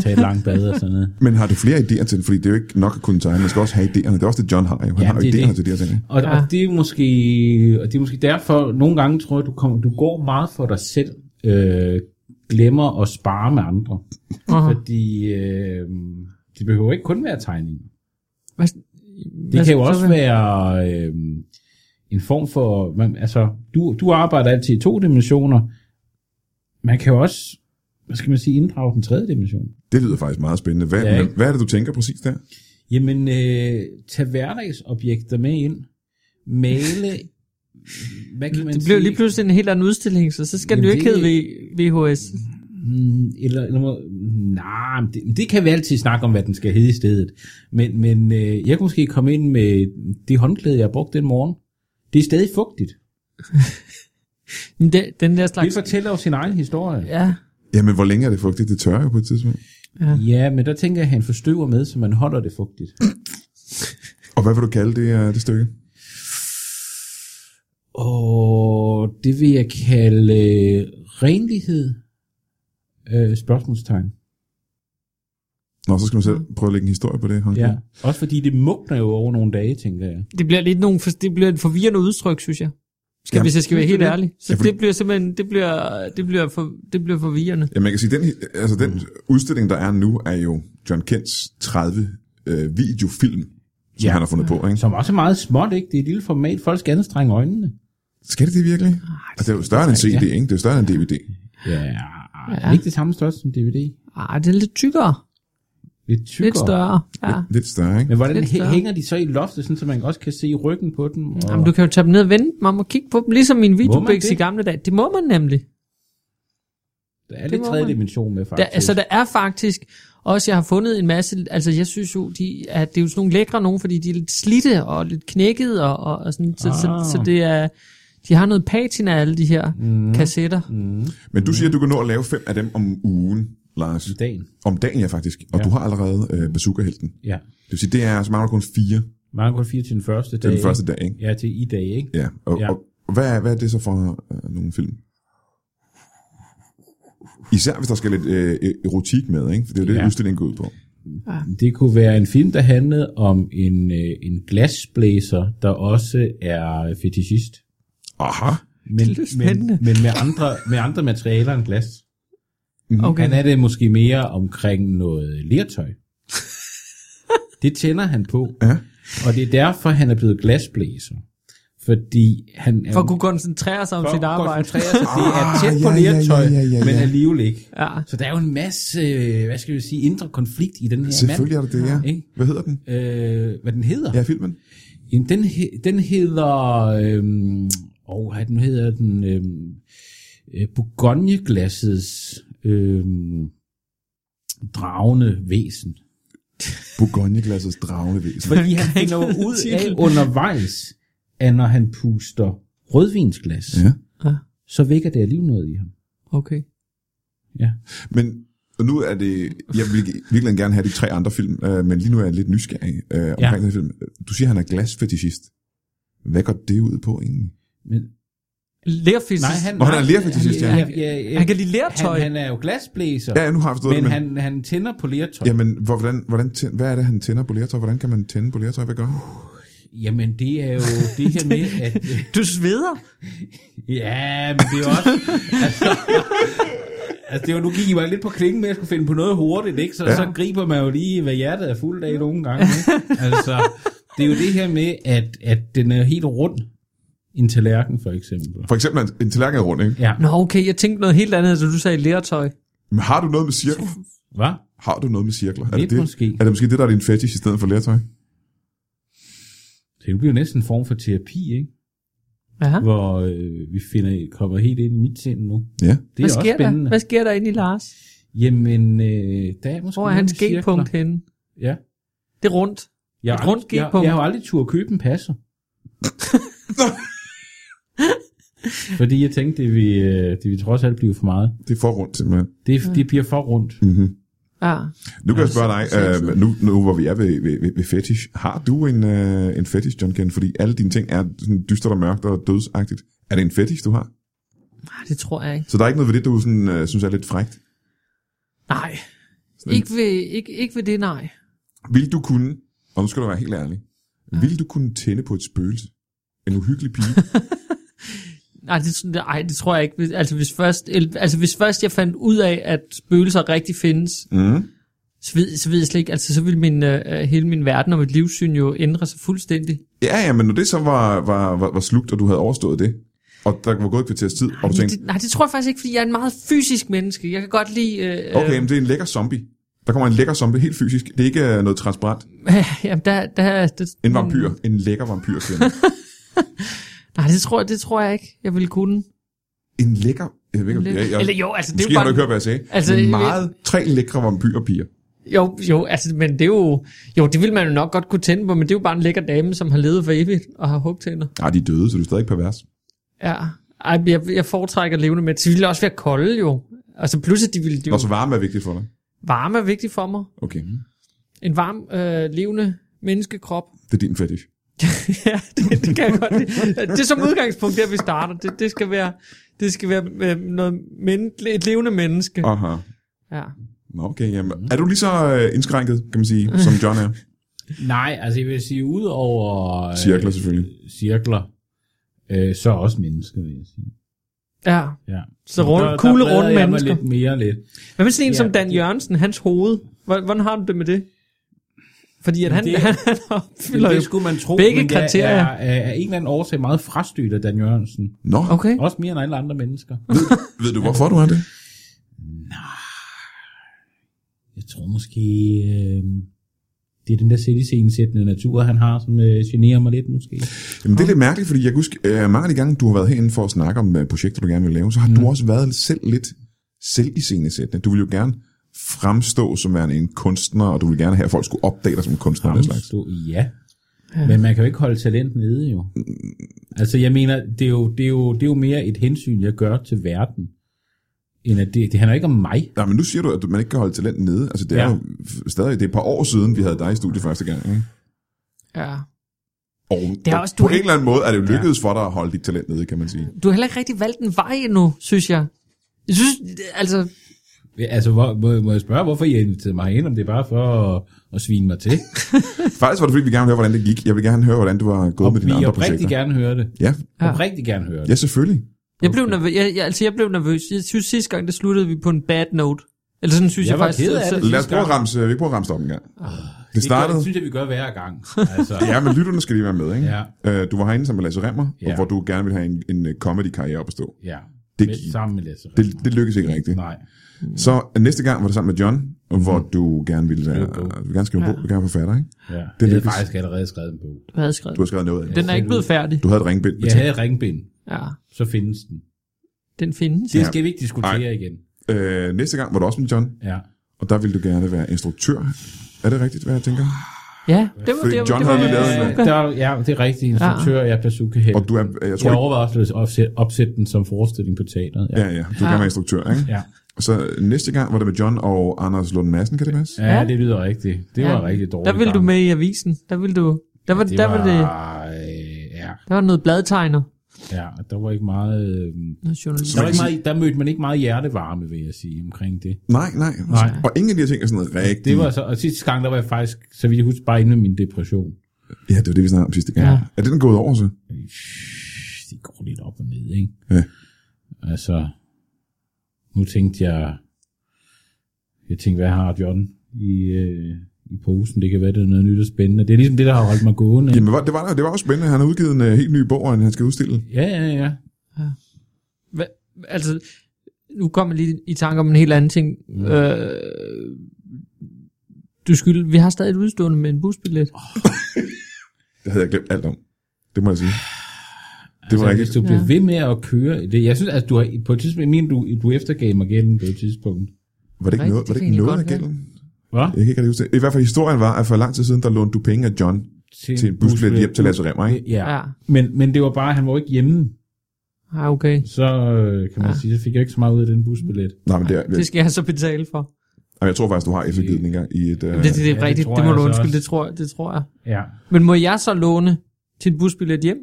tage et langt bad og sådan noget. Men har du flere idéer til det? Fordi det er jo ikke nok at kunne tegne. Man skal også have idéerne. Det er også det, John har jo. Han Ja, har jo det er idéerne det. til de her ting. ikke? Og, ja. Ja. og, det er måske, og det er måske derfor, nogle gange tror jeg, du, kommer, du går meget for dig selv, øh, glemmer at spare med andre. Aha. Fordi øh, det behøver ikke kun være tegninger. Hvad, Det hvad- kan jo også så- være øh, en form for, man, altså, du, du arbejder altid i to dimensioner. Man kan jo også, hvad skal man sige, inddrage den tredje dimension. Det lyder faktisk meget spændende. Hvad, Ja, ikke? hvad er det, du tænker præcis der? Jamen, øh, tag hverdagsobjekter med ind. Male, hvad kan man Det blev sige? lige pludselig en helt anden udstilling, så så skal Jamen det jo Jamen, ikke det- hedde V- VHS. Mm, eller, eller må- nej, men det, men det kan vi altid snakke om, hvad den skal hedde i stedet. Men, men øh, jeg kunne måske komme ind med det håndklæde, jeg brugte den morgen. Det er stadig fugtigt. Men Mm. det, den der Det slags... fortæller jo sin egen historie. Ja, Jamen, hvor længe er det fugtigt? Det tørrer jo på et tidspunkt. Ja. Ja, men der tænker jeg, at han forstøver med, så man holder det fugtigt. Og hvad vil du kalde det, øh, det stykke? Og det vil jeg kalde øh, renlighed? Øh, spørgsmålstegn. Nå, så skal du selv prøve at lægge en historie på det. håndklæde. Ja. Mm. Også fordi det mugner jo over nogle dage, tænker jeg. det bliver lidt nogle, for- det bliver et forvirrende udtryk, synes jeg. Skal, Jamen, hvis jeg skal være helt ærlig. Så Ja, for- det bliver simpelthen, det bliver, det bliver, for, det bliver forvirrende. Ja, man kan sige, den, altså den udstilling, der er nu, er jo John Kents 30 øh, videofilm, som ja. Ja. han har fundet på. Ikke? Som også er meget småt, ikke? Det er et lille format. Folk skal anstrenge øjnene. Skal det det virkelig? Altså, det er jo større end en CD, ikke? Det er større end en DVD. Ja, ja. ikke det samme størrelse som DVD. Ah, det er lidt tykkere. Lidt tykkere. Lidt større. Ja. Lidt større, ikke? Men hvordan Lidt hæ- større. hænger de så i loftet, sådan, så man også kan se ryggen på dem? Og... Jamen, du kan jo tage dem ned og vende dem om og kigge på dem, ligesom min videobiks det? i gamle dage. Det må man nemlig. der er det lidt må tredje man. dimension med, Der, faktisk. altså, der er faktisk også, jeg har fundet en masse, altså jeg synes jo, de er, det er jo sådan nogle lækre nogen, fordi de er lidt slidte og lidt knækket, og, og, og sådan, så, ah. så, Ah. Mhm. så, det er, de har noget patina, alle de her mm. kassetter. Mm. Men du siger, at du kan nå at lave fem af dem om ugen, Lars. Dagen. Om dagen, ja, faktisk. Og ja. Ja. du har allerede øh, Bazooka-helten. Ja. Det vil sige, det er, så mangler du kun fire Mange kun 4 til den første dag. til den ikke? første dag, ikke? Ja, til i dag, ikke? Ja. Og, ja. Ja. og, og hvad, er, hvad er det så for øh, nogle film? Især hvis der skal lidt øh, erotik med, ikke? For det er jo det, Ja. ja. udstillingen går ud på. Det kunne være en film, der handlede om en, øh, en glasblæser, der også er fetishist. Aha. Men, lyder spændende. men, men med, andre, med andre materialer end glas. Okay. Han er det måske mere omkring noget lertøj. Det tænder han på. Ja. Og det er derfor, han er blevet glasblæser. Fordi han er... For at kunne koncentrere sig om sit arbejde. koncentrere sig. Det er tæt på Ah, ja, ja, lertøj, ja, ja, ja, men ja. alligevel ikke. Ja. Så der er jo en masse, øh, hvad skal vi sige, indre konflikt i den her Selvfølgelig er det det, ja. Ikke? Hvad hedder den? mand. Øh, hvad den hedder? Ja, filmen. Jamen, den, he- den hedder... Øhm, åh, hvad den hedder den... Øhm, øh, Bourgogneglassets øhm, dragende væsen. Bourgogneglassets dragende væsen. Fordi han finder jo ud af undervejs, at når han puster rødvinsglas, Ja. ja. så vækker det alligevel noget i ham. Okay. Ja. Men og nu er det, jeg vil virkelig gerne have de tre andre film, øh, men lige nu er jeg lidt nysgerrig øh, omkring ja. Ja. den her film. Du siger, han er glasfetishist. Hvad går det ud på egentlig? Men, Lærfisk. nej, han, Nå, han er nej, lerfetisist, ja. han, ja, ja, Han kan lide lertøj. Han, han er jo glasblæser, Ja, nu har jeg forstået men, det, men han, han tænder på lertøj. Jamen, hvor, hvordan, hvordan tænd, hvad er det, han tænder på lertøj? Hvordan kan man tænde på lertøj? Hvad gør han? Jamen, det er jo det her med, at... Du sveder. Ja, men det er jo også... altså, altså, det var, nu gik I mig lidt på klingen med, at jeg skulle finde på noget hurtigt, ikke? Så, ja. så griber man jo lige, hvad hjertet er fuldt af nogle gange. Ikke? Altså, det er jo det her med, at, at den er helt rund. En tallerken, for eksempel. For eksempel en- en tallerken er rund, ikke? Ja, Nå, okay, jeg tænkte noget helt andet, så du sagde lertøj. Men har du noget med cirkler? hvad? Har du noget med cirkler? Er Lidt måske. Er det måske det, der er din fetish i stedet for lertøj? Så det bliver jo næsten en form for terapi, ikke? Ja. Hvor øh, vi finder, kommer helt ind i mit sind nu. Ja. Det er Hvad også sker, der? spændende. Hvad sker der inde i Lars? Jamen, øh, der er måske Hvor er nogle hans cirkler. G-punkt henne? Ja. Det er rundt. Jeg, Et har rundt aldrig- jeg, G-punkt. jeg har jo aldrig tur at købe en passer. Fordi jeg tænkte, det vil, øh, det vil trods alt blive for meget. Det er for rundt, simpelthen. Det, det bliver for rundt. Mm-hmm. Ja. Nu kan jeg spørge dig, sindssygt. øh, nu, nu hvor vi er ved, ved, ved, ved fetish, har du en, øh, en fetish, John Ken? Fordi alle dine ting er sådan dystert og mørkt og dødsagtigt. Er det en fetish, du har? Ah, det tror jeg ikke. Så der er ikke noget ved det, du sådan, øh, synes er lidt frægt? Nej. Ikke ved, ikke, ikke ved det, nej. Vil du kunne, og nu skal du være helt ærlig, Mm. vil du kunne tænde på et spøgelse? En uhyggelig pige? Nej, det, nej, det tror jeg ikke. Hvis- Altså hvis, først, el- altså, hvis først jeg fandt ud af, at spøgelser rigtig findes, Mm. så ved, så ved jeg slet ikke, altså så ville min, øh, hele min verden og mit livssyn jo ændre sig fuldstændig. Ja, ja, men når det så var, var, var, var slugt, og du havde overstået det, og der var gået et kvarters tid, og du Nej, tænkte, det, nej, det tror jeg faktisk ikke, fordi jeg er en meget fysisk menneske. Jeg kan godt lide... Øh, okay, men det er en lækker zombie. Der kommer en lækker zombie, helt fysisk. Det er ikke øh, noget transparent. Øh, jamen, der, der, der, En vampyr. Mm. En lækker vampyr. Nej, det tror, jeg, det tror jeg ikke, jeg ville kunne. en lækker... Jeg ved ikke, om- Lækker- ja, jeg, Eller jo, altså, det er måske jo har du bare- ikke hørt, hvad jeg sagde. Altså, Altså, men jeg- meget tre lækre vampyrpiger. Jo, jo, altså, men det er jo, jo, det ville man jo nok godt kunne tænde på, men det er jo bare en lækker dame, som har levet for evigt og har hugtænder. Nej, Ah, de er døde, så du er stadig pervers. Ja, Ej, jeg, jeg foretrækker levende med. De ville også være kolde jo. Altså pludselig, de ville de Nå, jo, så varme er vigtigt for dig. varme er vigtigt for mig. Okay, En varm, øh, levende menneskekrop. det er din fetish. ja, det, det kan jeg godt lide. Det er som udgangspunkt, der vi starter. Det, det skal være, det skal være øh, noget men, et levende menneske. Aha. Ja. Nå, okay, jamen. Er du lige så øh, indskrænket, kan man sige, som John er? Nej, altså jeg vil sige, ud over... øh, Cirkler, selvfølgelig. Cirkler. Øh, så også mennesker, vil jeg sige. ja. Ja. Så runde, Der- der kugle breder runde jeg mig mennesker. lidt mere lidt. Hvad med sådan en Ja, ja, som Dan det- Jørgensen, hans hoved? Hvor- Hvordan har du det med det? Fordi at han, det- det, han, han opfylder Det, jo... det skulle man tro, Begge men jeg kriterier. er, er, er en eller anden årsag meget frastødt af Dan Jørgensen. Nå, Okay. Også mere end alle andre mennesker. ved, ved du, hvorfor du er det? Jeg tror måske, øh, det er den der city-scene-sættende natur, han har, som øh, generer mig lidt måske. Jamen, det er lidt mærkeligt, fordi jeg kan huske, øh, mange af de gange, du har været herinde for at snakke om øh, projekter, du gerne vil lave, så har mm. du også været selv lidt selv i scenesættende. Du vil jo gerne fremstå som værende en kunstner, og du vil gerne have, at folk skulle opdage dig som kunstner og den slags. Fremstå, ja. Men man kan jo ikke holde talent nede jo. Altså jeg mener, det er jo, det er jo, det er jo mere et hensyn, jeg gør til verden, end at det, det handler ikke om mig. Nej, men nu siger du, at du- man ikke kan holde talent nede. Altså, det er Ja. ja. jo f- stadig det er et par år siden, vi havde dig i studiet første gang. Ikke? Ja. Og Det er og også- på du- en eller anden måde er det jo lykkedes for dig at holde dit talent nede, kan man sige. Du har heller ikke rigtig valgt en vej endnu, synes jeg. Jeg synes, altså... Altså hvor, må, må jeg spørge, hvorfor I har inviteret mig ind, om det er bare for at, at svine mig til? Faktisk var det, fordi vi gerne ville høre, hvordan det gik. Jeg vil gerne høre, hvordan du var gået Og med vi dine andre rigtig projekter. gerne høre det. Ja, Ja. Ja. rigtig gerne høre det. ja, selvfølgelig. Jeg blev, nervøs, jeg, jeg, altså, jeg blev nervøs. Jeg synes, sidste gang, det sluttede vi på en bad note. Eller sådan synes Jeg jeg, var faktisk. ked af selv- det. Lad os prøve at ramse, vi kan prøve at ramse det op en gang. Det Ah, Det startede... gør, synes jeg, vi gør hver gang. Altså, Ja, men lytterne skal lige være med, ikke? Ja. Øh, du var herinde sammen med Lasse Remmer, Ja. og hvor du gerne ville have en, en øh, comedy-karriere op at stå. ja. Det- med, sammen med Lasse. Det, det lykkedes ikke rigtigt. Nej. Mhm. Så øh, næste gang var det sammen med John, mm. hvor du gerne ville være, Skrive en bog. du vil gerne skrive en bog, du vil gerne være forfatter, ikke? Ja. Det Det jeg lykkedes. har faktisk allerede skrevet en bog. Du havde skrevet. Du har skrevet noget af det. Den er ikke blevet færdig. Du havde et ringbind. med Jeg ting. havde ringbind, Ja, så findes den. den findes. Det Ja. skal vi ikke diskutere igen. Øh, næste gang var du også med John, Ja. og der ville du gerne være instruktør. Er det rigtigt, hvad jeg tænker? Ja, det var Fordi det. var- John det var, havde lige lavet en- Bazooka. Øh, der, ja, det er rigtigt. Instruktør, ja, Bazooka Held. Og du er, øh, jeg tror Jeg ikke... overvejede også at opsætte, opsætte den som forestilling på teateret. Ja. Ja, ja, du vil gerne være instruktør, ikke? Ja. Og så øh, næste gang var det med John og Anders Lund Madsen, kan det passe? ja, det lyder rigtigt. Det var Ja. rigtig dårligt. Der ville du med i avisen. Der ville du... Der var, Det der, var, var, det, øh, ja, der var noget bladtegner. ja, der var ikke meget... Øh, Noget journalist. der, var ikke meget, der mødte man ikke meget hjertevarme, vil jeg sige, omkring det. Nej, nej. Nej. Og ingen af de her ting er sådan noget rigtigt. Det var så, og sidste gang, der var jeg faktisk, så vidt jeg husker, bare inde med min depression. Ja, det var det, vi snakkede om sidste gang. Ja. Ja. Er den gået over så? det går lidt op og ned, ikke? Ja. Altså, nu tænkte jeg, jeg tænkte, hvad har John i, øh, i posen? Det kan være, det er noget nyt og spændende. Det er ligesom det, der har holdt mig gående. Ikke? Jamen, hvor- det var, det var også spændende. Han har udgivet en uh, helt ny bog, og han skal udstille. Ja, ja, ja. Hva, altså, nu kommer jeg lige i tanke om en helt anden ting. Mm. Øh, du skyld, vi har stadig et udstående med en busbillet. Oh, Det havde jeg glemt alt om. Det må jeg sige. Det var Så rigtigt. Altså, hvis du bliver ved med at køre det, jeg synes, at du har, på et tidspunkt, jeg mener, du, du eftergav mig gælden på et tidspunkt. Var det ikke Rigtigt, noget, var det det ikke kan noget af egentlig godt gælden? Hvad? Jeg kan ikke rigtig huske det. I hvert fald historien var, at for lang tid siden, der lånte du penge af John til en busbillet hjem til Lasse Remmer, ikke? Ja. ja. ja. Men, men det var bare, at han var ikke hjemme. Ah, okay. Så øh, Ja. kan man Mm. ja. sige, så fik jeg ikke så meget ud af den busbillet. Nej, men det, er, Det skal jeg så betale for. Jamen, jeg tror faktisk, du har eftergivet den engang i et... Uh, Ja, det, det, det er ja, det Øh, ja, rigtigt, tror det, det må jeg du altså undskylde, også. det tror, jeg- det tror jeg. Ja. Men må jeg så låne til en busbillet hjem?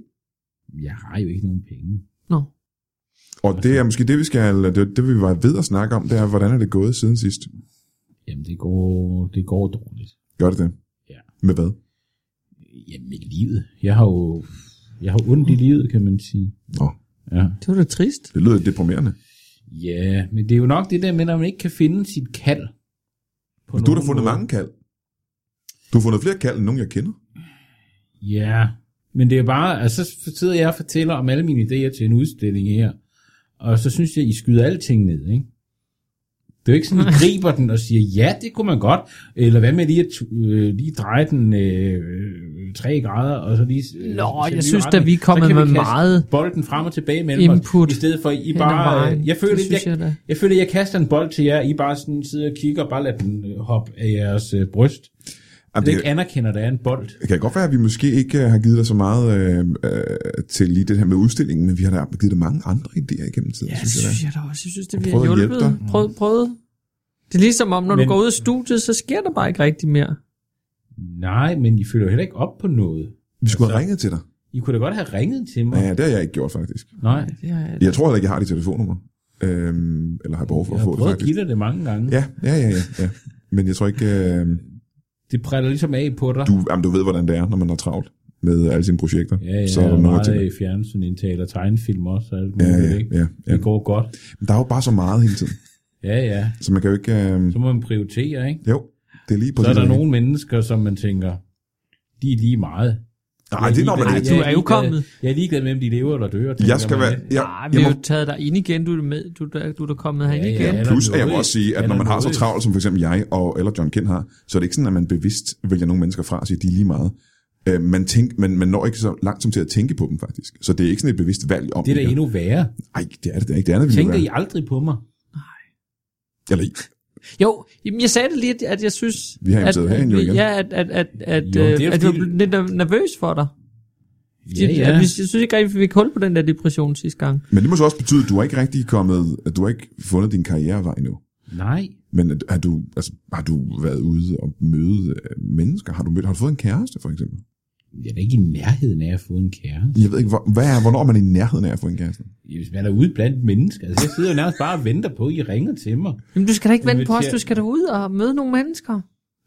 Jeg har jo ikke nogen penge. Nå. og det er måske det, vi skal... Det, det, vi var ved at snakke om, det er, hvordan er det gået siden sidst? Jamen, det går, det går dårligt. Gør det det? Ja. Med hvad? Jamen, i livet. Jeg har jo jeg har ondt i livet, kan man sige. Nå, Ja. Det var da trist. det lyder deprimerende. ja, men det er jo nok det der med, at man ikke kan finde sit kald. På Men du har da nogen fundet måde. mange kald. Du har fundet flere kald, end nogen, jeg kender. Ja, men det er bare, altså så sidder jeg og fortæller om alle mine idéer til en udstilling her, og så synes jeg, I skyder alting ned, ikke? Det er jo ikke sådan, I griber den og siger, ja, det kunne man godt, eller hvad med lige at tu- øh, lige dreje den øh, øh, 3 grader, og så lige... øh, Nå, sætte jeg nye synes da, retning. vi er Så kommet kan vi med kaste meget bolden frem og tilbage mellem input os, i stedet for, I ad bare... vejen. øh, Jeg føler, Det lidt, jeg, synes jeg jeg, da. jeg føler, jeg kaster en bold til jer, I bare sådan sidder og kigger og bare lader den øh, hoppe af jeres øh, bryst. Jamen, Det det, ikke anerkender, at der er en bold. det kan godt være, at vi måske ikke øh, har givet dig så meget øh, øh, til lige det her med udstillingen, men vi har da givet dig mange andre idéer igennem tiden, Ja, det synes jeg da. synes jeg da også. Jeg synes, det bliver prøvet at hjælpe hjulpet. Prøv, prøv. Det er ligesom om, når Men- du går ud af studiet, så sker der bare ikke rigtig mere. Nej, men I følger jo heller ikke op på noget. Vi skulle have Altså- ringet til dig. I kunne da godt have ringet til mig. Ja, det har jeg ikke gjort, faktisk. Nej, Det er, Jeg tror heller ikke, jeg har dit telefonnummer. Øhm, eller har behov for at jeg har få det, prøvet at faktisk. give dig det mange gange. Ja, ja, ja, ja, ja. Men jeg tror ikke, øh, Det præller ligesom af på dig. du, jamen, du ved, hvordan det er, når man har travlt med alle sine projekter. Ja, ja, så er der noget til meget det. i fjernsynsindtale og tegnefilm også, og alt Ja, muligt, ja, ikke? ja, ja. Det går godt. Men der er jo bare så meget hele tiden. Ja, ja. Så man kan jo ikke... Øh, Så må man prioritere, ikke? jo, det er lige Så præcis... er der det. nogle mennesker, som man tænker, de er lige meget. Nej, det når man Nej, ikke. du Jeg er jo ligeglad- kommet. Jeg er ligeglad med, om de lever eller dør. Jeg tænker skal man være... lidt. Jeg, Nej, vi jeg har må, jo taget dig ind igen. Du er, med, du, er- du er der kommet herind Ja, ja, igen. ja. plus, Eller at jeg må noget. også sige, at Eller når man har så noget. travlt, som for eksempel jeg og, eller John Kent har, så er det ikke sådan, at man bevidst vælger nogle mennesker fra og siger, de er lige meget. Øh, man, tænk, man, man når ikke så langt som til at tænke på dem, faktisk. Så det er ikke sådan et bevidst valg om... Det er da endnu værre. Ej, det er det da ikke. Det er andet, vi Tænker vil I aldrig på mig? Eller, Jo, jamen, jeg sagde det lige, at- at jeg synes... Vi har inviteret at, herinde jo vi- igen. Ja, at, at, at, at, Jo, jo, det er at, at fordi- jeg blev lidt nerv- nervøs for dig. Ja, Jeg, ja. jeg, jeg synes ikke rigtig, vi fik hul på den der depression sidste gang. men det må så også betyde, at du har ikke rigtig kommet, at du har ikke fundet din karrierevej endnu. Nej. Men at- har du, altså, har du været ude og møde øh, mennesker? Har du, mødt, har du fået en kæreste, for eksempel? Jeg er da ikke i nærheden af at få en kæreste. Jeg ved ikke, hvor, hvad er, hvornår er man i nærheden af at få en kæreste? Hvis man er ude blandt mennesker. Altså, jeg sidder jo nærmest bare og venter på, at I ringer til mig. Jamen, du skal da ikke vente på os. Inviterer- Du skal da ud og møde nogle mennesker.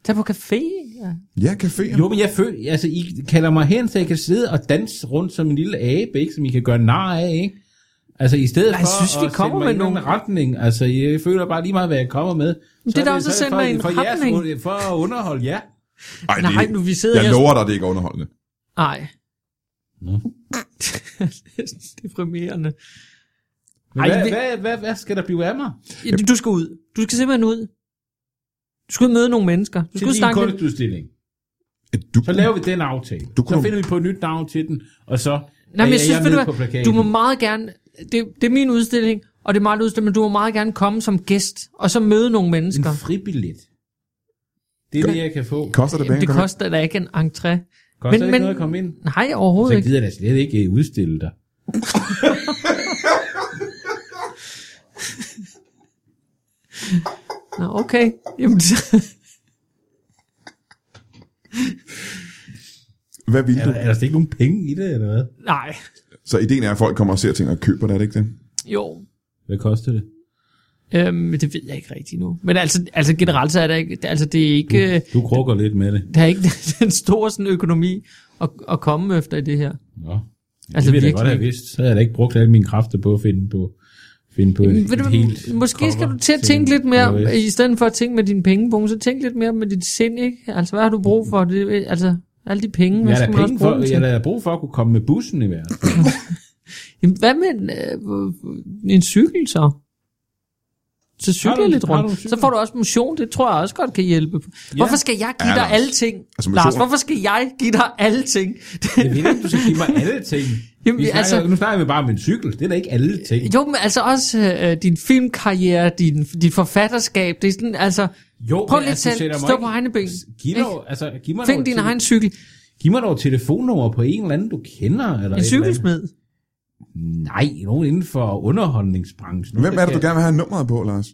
Tag på café. Ja. Ja, caféer. Jo, men jeg føler, altså, I kalder mig hen, så jeg kan sidde og danse rundt som en lille abe, ikke? Som I kan gøre nar af, ikke? Altså, i stedet Ej, for jeg synes, vi at kommer sende mig med i en nogle- anden retning, altså, jeg føler bare lige meget, hvad jeg kommer med. det er da også at så sende mig i en for, jeres- retning. for at underholde jer. Ej, det, Nej, nu vi sidder jeg her- lover dig, det er ikke underholdende. Nej. Nå. Deprimerende. Men Ej, hvad, vi- hvad, hvad, hvad, skal der blive af mig? Ja, du- du skal ud. Du skal simpelthen ud. Du skal ud og møde nogle mennesker. Du Til skal ud og din snakke lidt. kunstudstilling. Et Du, Så laver vi den aftale. Du Du kunne- så finder vi på et nyt navn til den, og så Nej, men jeg synes, er ved med du, på hvad, plakaten. du må meget gerne, det, det er min udstilling, og det er meget udstilling, men du må meget gerne komme som gæst, og så møde nogle mennesker. En fribillet. Det er det, jeg kan få. koster det penge? Jamen, det at komme ind? koster da ikke en entré. Koster men, Men- ikke men- noget at komme ind? Nej, Så overhovedet ikke. gider jeg da slet ikke øh, udstille dig. Nå, okay. Jamen, så- Hvad vil Er du? der, er der slet ikke nogen penge i det, eller hvad? nej. Så ideen er, at folk kommer og ser ting og køber det, er det ikke det? Jo. Hvad koster det? Øhm, det ved jeg ikke rigtigt nu. Men altså, altså generelt så er der ikke, altså det er ikke, øh, Du krukker lidt med det. der er ikke den store sådan, økonomi at, at komme efter i det her. Nå. Altså, Altså, det ville jeg virkelig. da godt have vidst. Så havde jeg da ikke brugt alle mine kræfter på at finde på, finde på en, Mm, Ved et du, helt hvad, måske skal cover du til at til tænke en lidt mere, VHS. i stedet for at tænke med dine pengebonge, så tænk lidt mere med dit sind, ikke? Altså, hvad har du brug for? Det, altså, alle de penge, Jeg hvad har skal da man også penge bruge for, dem til? jeg har da brug for at kunne komme med bussen i hvert fald. Jamen, hvad med en, øh, en cykel så? Så Har du cykler en- lidt har du en rundt. cykel? Så får du også motion, det tror jeg også godt kan hjælpe. Hvorfor skal jeg give Ja, dig Lars. alle ting? Altså, motion- Lars, hvorfor skal jeg give dig alle ting? Jeg ved ikke, om du skal give mig alle ting. Jamen, Vi snakker, altså, altså- nu snakker vi bare om en cykel. Det er da ikke alle ting. jo, men altså også øh, din filmkarriere, din, dit forfatterskab, det er sådan, altså, Jo, prøv men lige altså, du selv, sætter mig stå ikke- på egne ben. Giv, Ikke? mig, altså, giv mig Find noget din til- egen cykel. Giv mig dog telefonnummer på en eller anden, du kender. Eller En et eller andet. cykelsmed. Nej, nogen inden for underholdningsbranchen. Hvem er det, du gerne vil have nummeret på, Lars?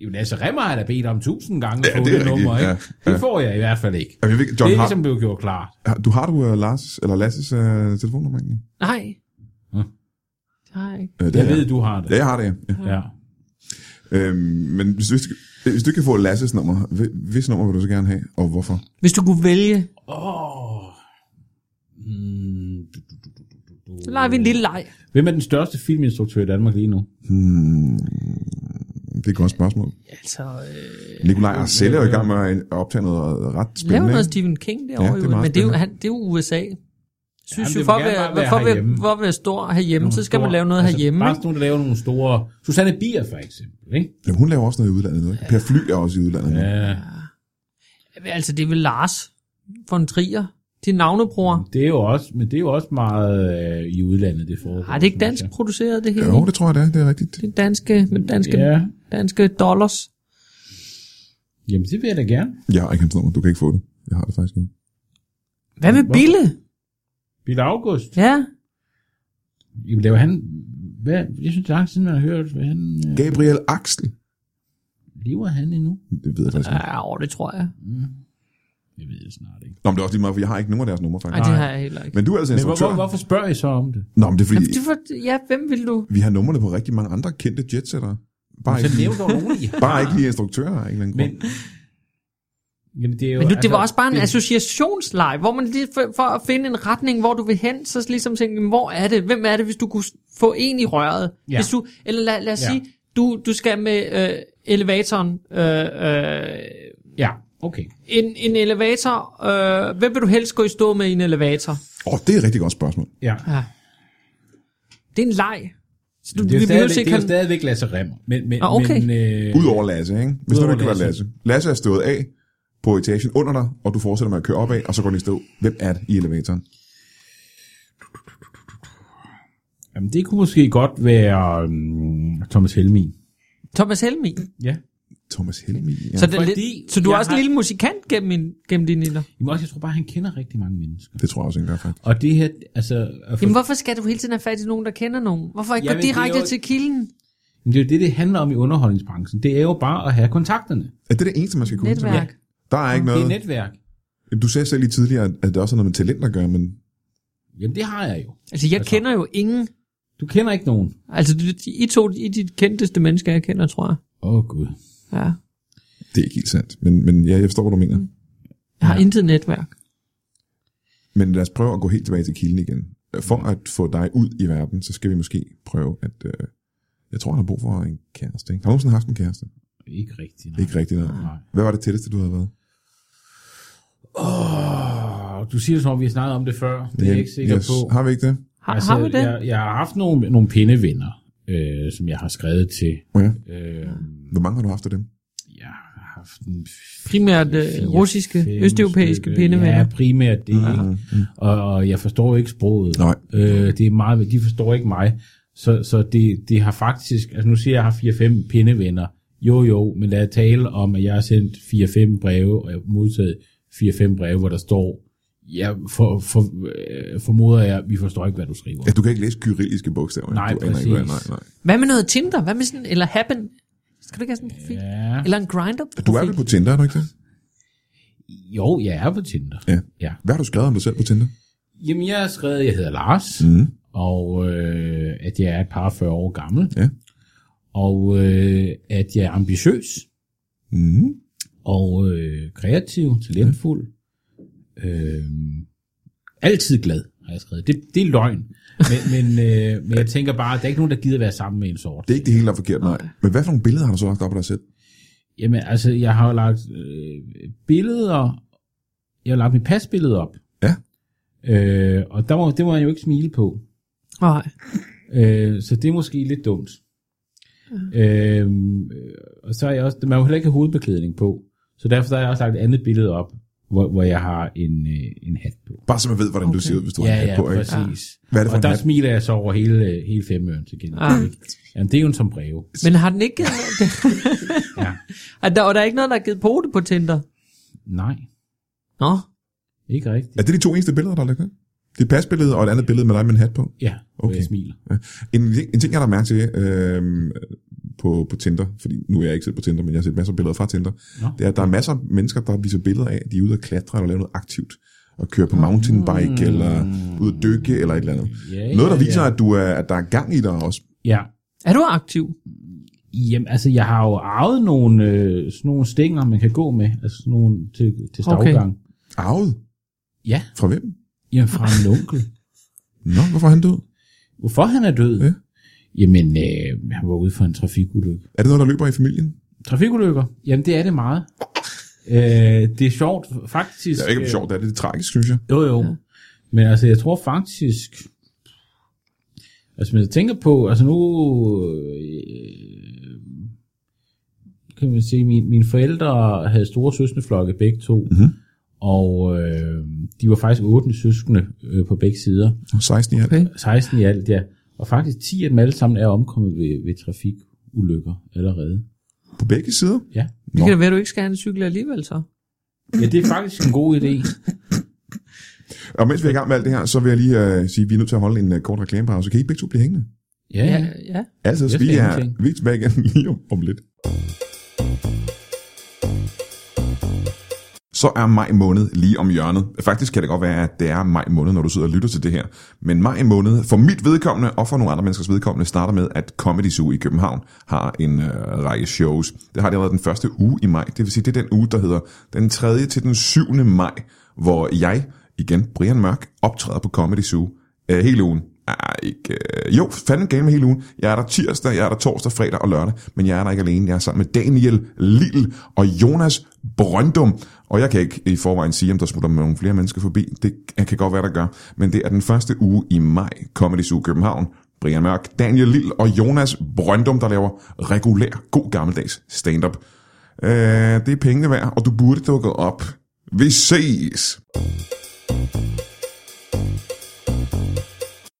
Jamen, altså, Remmer har da bedt om tusind gange Ja, ja, på det det, er det rigtigt, nummer, ikke? ja, Ja, ja. ja. Det får jeg i hvert fald ikke. Jeg ved ikke, John John, det er har, ligesom blevet gjort klart. har, du, har du uh, Lars, eller Lasses uh, telefonnummer egentlig? Nej. Hm. Nej. Uh, Jeg ved, du har det. Ja, jeg har det, ja. ja. Ja. Øhm, men hvis du, ikke- hvis du ikke kan få Lasses nummer, hvi- hvis nummer vil du så gerne have, og hvorfor? Hvis du kunne vælge, Åh. Mm. du, du, du, du, du, du. så leger vi en lille leg. Hvem er den største filminstruktør i Danmark lige nu? Hmm, det er et godt spørgsmål. Altså, øh, Nikolaj Arcelle er jo i gang med at optage noget ret lav spændende. noget ikke? Stephen King derovre, det ja, er det meget men det er, jo, spændende. han, det er jo USA. Synes Jamen, jo, det for at vil være, gerne bare for at være, være herhjemme. for at være stor herhjemme, så skal man store- lave noget altså, herhjemme. Bare ikke? sådan nogle, der laver nogle store... Susanne Bier, for eksempel, ikke? Jamen, hun laver også noget i udlandet nu, ikke? Per Fly er også i udlandet nu. Ja. Altså, det er vel Lars von Trier. Din navnebror. Det er jo også, men det er jo også meget øh, i udlandet, det foregår. Har Ah, det ikke dansk synes produceret det her? Jo, det tror jeg, det er. Det er rigtigt. Det er danske, med danske, jeg. Ja, danske dollars. jamen det vil jeg da gerne. Jeg har ikke hans nummer. Du kan ikke få det. Jeg har det faktisk ikke. Hvad med Hvorfor? Bille? Bill August. Ja. Jamen, det var han... Hvad? Jeg synes, det er lang tid, siden, man har hørt, hvad han... Øh, Gabriel Axel. lever han endnu? Det ved jeg faktisk ikke. Ja, åh, det tror jeg. Jeg ved det snart ikke. Nå, men det er også lige meget, for jeg har ikke nogen af deres numre, Nej, faktisk. det Nej. har jeg heller ikke. Men du er altså Men hvor, instruktør. hvor, hvorfor spørger I så om det? Nå, men det er fordi, Jamen, det var, ja, hvem vil du? vi har numrene på rigtig mange andre kendte jetsetter. Bare, Så ikke, nævn dog nogen, I har. bare ikke lige instruktører af en eller anden Men, grund. jamen, det er jo, altså, Men du, det var også bare en det- associationsleg, hvor man lige for, for at finde en retning, hvor du vil hen, så ligesom tænke, jamen, hvor er det? Hvem er det, hvis du kunne s- få en i røret? Ja. Hvis du, eller lad, lad os ja. Ja. sige, du, du skal med øh, elevatoren, øh, øh, Ja, okay. en, en elevator, øh, hvem vil du helst gå i stå med i en elevator? Åh, oh, det er et rigtig godt spørgsmål. Ja. Ja. Det er en leg. Så du, Det er, vi jo behøver stadigvæk, ikke det er jo kan... stadigvæk Lasse Remmer. Men, men, Ah, okay. men, øh, Udover Lasse, ikke? Hvis nu Udover det kan være Lasse. Lasse. Lasse er stået af på etagen under dig, og du fortsætter med at køre opad, og så går den i stå. Hvem er det i elevatoren? jamen, det kunne måske godt være um, Thomas Helmi. Thomas Helmi. Ja. Thomas Helmi. Ja. Så, det er Fordi lidt, så du er jeg også har- en lille musikant gennem, min, gennem dine ilder. Jamen, også, jeg tror bare, han kender rigtig mange mennesker. Det tror jeg også ikke, der er faktisk. Og det her, altså... at få- Jamen, hvorfor skal du hele tiden have fat i nogen, der kender nogen? Hvorfor ikke Jamen, gå det er direkte jo- til kilden? Men det er jo det, det handler om i underholdningsbranchen. Det er jo bare at have kontakterne. Er det det eneste, man skal kunne? Netværk. Der er ikke Det noget. er netværk. Jamen, Du sagde selv lige tidligere, at det også har noget med talent at gøre, men Jamen, det har jeg jo. Altså, jeg Altså- kender jo ingen. Du kender ikke nogen. Altså, du- I to I er de kendteste mennesker, jeg kender, tror jeg. Åh, oh, Gud. Ja. det er ikke helt sandt. Men, men ja, jeg forstår, hvad du mener. Jeg har Ja. intet netværk. Men lad os prøve at gå helt tilbage til kilden igen. For at få dig ud i verden, så skal vi måske prøve at... Øh, jeg tror, han har brug for en kæreste. Ikke? Har du nogensinde haft en kæreste? Nej. Ikke rigtigt. Nej. Ikke rigtigt. Nej. Nej. Hvad var det tætteste, du havde været? Åh, du siger det som om, vi har snakket om det før. Det er jeg ikke sikker yes. på. Har vi ikke det? Har, har vi det? Altså, Jeg, jeg har haft nogle, nogle pindevenner, øh, som jeg har skrevet til. Oh, ja. Øh, Hvor mange har du haft af dem? jeg har haft en f- Primært øh, fire, russiske, fem østeuropæiske stykker. pindevenner. Ja, primært det. Mhm. Mm-hmm. Og, og jeg forstår ikke sproget. Nej. Øh, det er meget, de forstår ikke mig. Så, så det, det har faktisk, altså nu siger jeg, at jeg har 4-5 pindevenner. Jo, jo, men lad os tale om, at jeg har sendt 4-5 breve, og jeg har modtaget 4-5 breve, hvor der står, jeg for, for, øh, formoder jeg, vi forstår ikke, hvad du skriver. Ja, du kan ikke læse kyrilliske bogstaver. Nej, du aner ikke, hvad- nej, præcis. nej. Hvad med noget Tinder? Hvad med sådan, eller Happen? Skal du ikke have sådan en profil? Ja. Eller en grinder Du er vel på Tinder, er du ikke det? Jo, jeg er på Tinder. Ja. ja. Hvad har du skrevet om dig selv på Tinder? Jamen, jeg har skrevet, at jeg hedder Lars, Mm. og øh, at jeg er et par 40 år gammel, Ja. og øh, at jeg er ambitiøs. Mm. og øh, kreativ, talentfuld. Øh, altid glad, har jeg skrevet. Det, det er løgn. Men, men, øh, men jeg tænker bare, at der er ikke nogen, der gider være sammen med en sort. Det er ikke det hele, der er forkert, nej. Men hvad for nogle billeder har du så lagt op af dig selv? Jamen, altså, jeg har jo lagt øh, billeder, jeg har lagt mit pasbillede op. Ja. Øh, og der må, det må jeg jo ikke smile på. Nej. Øh, så det er måske lidt dumt. Øh, og så er jeg også, man må heller ikke have hovedbeklædning på. Så derfor har jeg også lagt et andet billede op, hvor, hvor jeg har en, øh, en hat på. Bare så man ved, hvordan okay. du Okay. ser ud, hvis du har en hat på. Ikke? præcis. Hvad er det for og en der hat? smiler jeg så over hele, øh, hele femøren til gengæld. Ah. ikke? Jamen, det er jo en som breve. Men har den ikke givet noget? Ja. Er der, og der er ikke noget, der har givet pote på Tinder? Nej, Nå. ikke rigtigt. Er det de to eneste billeder, der er lagt ned? Det er et pasbillede og et andet billede med dig med en hat på? Ja, hvor Okay. jeg smiler. En, en ting, jeg har mærke til øh, på, på Tinder, fordi nu er jeg ikke selv på Tinder, men jeg har set masser af billeder fra Tinder, Nå. det er, at der er masser af mennesker, der viser billeder af, at de er ude at klatre eller lave noget aktivt, og køre på mountainbike, eller ude at dykke, eller et eller andet. Hmm. Ja, Noget, der ja, viser, ja. at, du er, at der er gang i dig også. Ja. Er du aktiv? Jamen, altså, jeg har jo arvet nogle, øh, sådan nogle stænger, man kan gå med, altså sådan nogle til, til Okay. stavgang. Okay. Arvet? Ja, Fra hvem? jamen fra en onkel. Nå, hvorfor er han død? Hvorfor han er død? Ja. Jamen, øh, han var ude for en trafikulykke. Er det noget, der løber i familien? Trafikulykker? Jamen, det er det meget. øh, det er sjovt, faktisk. Det er ikke om øh, sjovt, det er lidt tragisk, synes jeg. Jo, jo. Ja. Men altså, jeg tror faktisk... Altså, hvis jeg tænker på... Altså, nu... Øh, kan man sige, min, mine forældre havde store søskendeflokke begge to. Mhm. Og øh, de var faktisk 8 søskende øh, på begge sider. 16 i alt. Okay. 16 i alt, ja. Og faktisk 10 af dem alle sammen er omkommet ved, ved trafikulykker allerede. På begge sider? Ja. Det Nå. kan da være, at du ikke skal have en cykel alligevel så. ja, det er faktisk en god idé. Og mens vi er i gang med alt det her, så vil jeg lige øh, sige, at vi er nødt til at holde en øh, kort reklamepause. Kan I begge to blive hængende? Ja, ja. ja. Altså, Jeg vi skal er, ingenting. vi er tilbage igen lige om, om lidt. Så er maj måned lige om hjørnet. Faktisk kan det godt være, at det er maj måned, når du sidder og lytter til det her. Men maj måned, for mit vedkommende og for nogle andre menneskers vedkommende, starter med, at Comedy Zoo i København har en øh, række shows. Det har det allerede den første uge i maj. Det vil sige, det er den uge, der hedder den 3. til den 7. maj, hvor jeg, igen Brian Mørk, optræder på Comedy Zoo øh, hele ugen. Ah, ikke, øh, jo, fanden game hele ugen. Jeg er der tirsdag, jeg er der torsdag, fredag og lørdag, men jeg er der ikke alene. Jeg er sammen med Daniel Lille og Jonas Brøndum. Og jeg kan ikke i forvejen sige, om der smutter nogle flere mennesker forbi. Det kan godt være, der gør. Men det er den første uge i maj, Comedy Zoo København. Brian Mørk, Daniel Lille og Jonas Brøndum, der laver regulær, god gammeldags stand-up. Øh, det er pengene værd, og du burde dukke op. Vi ses!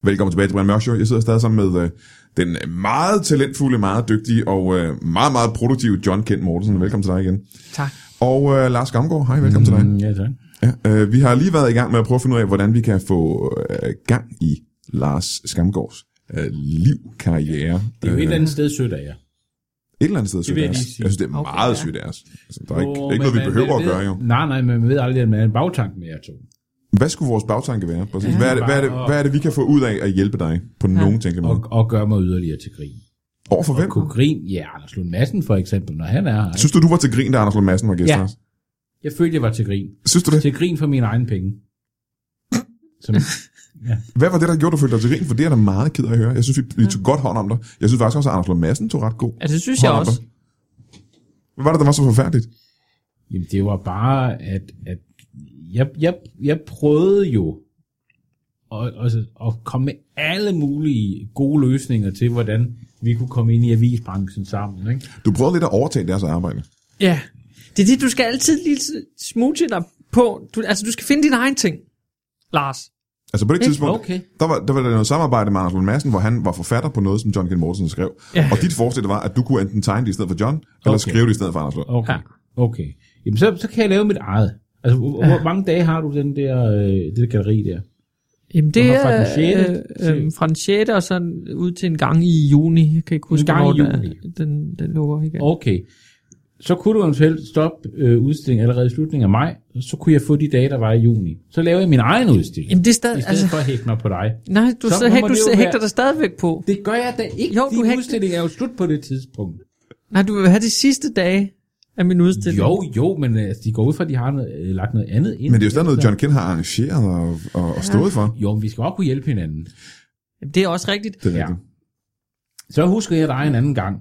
Velkommen tilbage til Brian Mørk Show. Jeg sidder stadig sammen med øh, den meget talentfulde, meget dygtige og øh, meget, meget produktive John Kent Mortensen. Velkommen til dig igen. Tak. Og øh, Lars Gamgaard, hej, velkommen mm. til dig. Mm, ja tak. Ja, øh, vi har lige været i gang med at prøve at finde ud af, hvordan vi kan få øh, gang i Lars Skamgaards øh, liv, karriere. Det er jo et øh, eller andet sted sødt af jer. et eller andet sted sødt vil af jeg os. lige sige. Jeg synes, det er Okay, meget ja. sødt af os. Altså, der er ikke, Åh, oh, ikke noget, men vi man behøver ved- at gøre, jo. Mm. Nej, nej, men man ved aldrig, at man er en bagtank med jer to. Hvad skulle vores bagtanke være? Præcis. Hvad, er det, hvad, er det, bare- hvad er det, vi kan få ud af at hjælpe dig på ja. nogen tænkelig Og, måde? og gør mig yderligere til grin. Over for hvem? Kunne grin, ja, Anders Lund Madsen for eksempel, når han er her. ikke? Synes du, du var til grin, da Anders Lund Madsen var gæst Ja. hos os? Jeg følte, jeg var til grin. Synes du det? Til grin for mine egne penge. Som, Hvad var det, der gjorde, du følte dig til grin? For det er jeg da meget ked af at høre. Jeg synes, vi, vi tog godt hånd om dig. Jeg synes faktisk også, at Anders Lund Madsen tog ret god. Ja, det synes jeg hånd om også. dig. Hvad var det, der var så forfærdeligt? jamen, det var bare, at, at jeg, jeg, jeg prøvede jo at, altså, at komme med alle mulige gode løsninger til, hvordan vi kunne komme ind i avisbranchen sammen. Ikke? Du prøvede lidt at overtage deres arbejde. Ja. Det er det, du skal altid lige smoothie dig på. Du, altså, du skal finde din egen ting, Lars. Altså på det Ikke? tidspunkt, Okay. der, var, der var der noget samarbejde med Anders Lund Madsen, hvor han var forfatter på noget, som John Ken Mortensen skrev. Ja. Og dit forslag var, at du kunne enten tegne det i stedet for John, eller Okay. skrive det i stedet for Anders Lund. Okay. Ja. Ja. Okay. Jamen, så, så kan jeg lave mit eget. Altså, hvor, ja. hvor mange dage har du den der, øh, det der galleri der? Jamen, det Du har er fra den sjette øh, til- øh, fra den 6. og så ud til en gang i juni. Jeg kan ikke huske, gang i hvornår den, juni. den, den lukker igen. Okay. Så kunne du eventuelt stoppe øh, udstillingen allerede i slutningen af maj, og så kunne jeg få de dage, der var i juni. Så laver jeg min egen udstilling, Jamen, Jamen, det er i stadig... stedet Altså, altså, for at hække mig på dig. nej, du, så så, må hæk, man du jo så- være- hægter dig stadigvæk på. Det gør jeg da ikke. Jo, du Din hægter- udstilling er jo slut på det tidspunkt. Nej, du vil have de sidste dage af min udstilling. Jo, jo, men altså, de går ud fra, at de har noget, øh, lagt noget andet ind. Men det er jo stadig noget, John Ken har arrangeret og, og, og stået for. Jo, men vi skal også kunne hjælpe hinanden. Jamen, det er også rigtigt. Det er Ja. rigtigt. Så husker jeg dig en anden gang,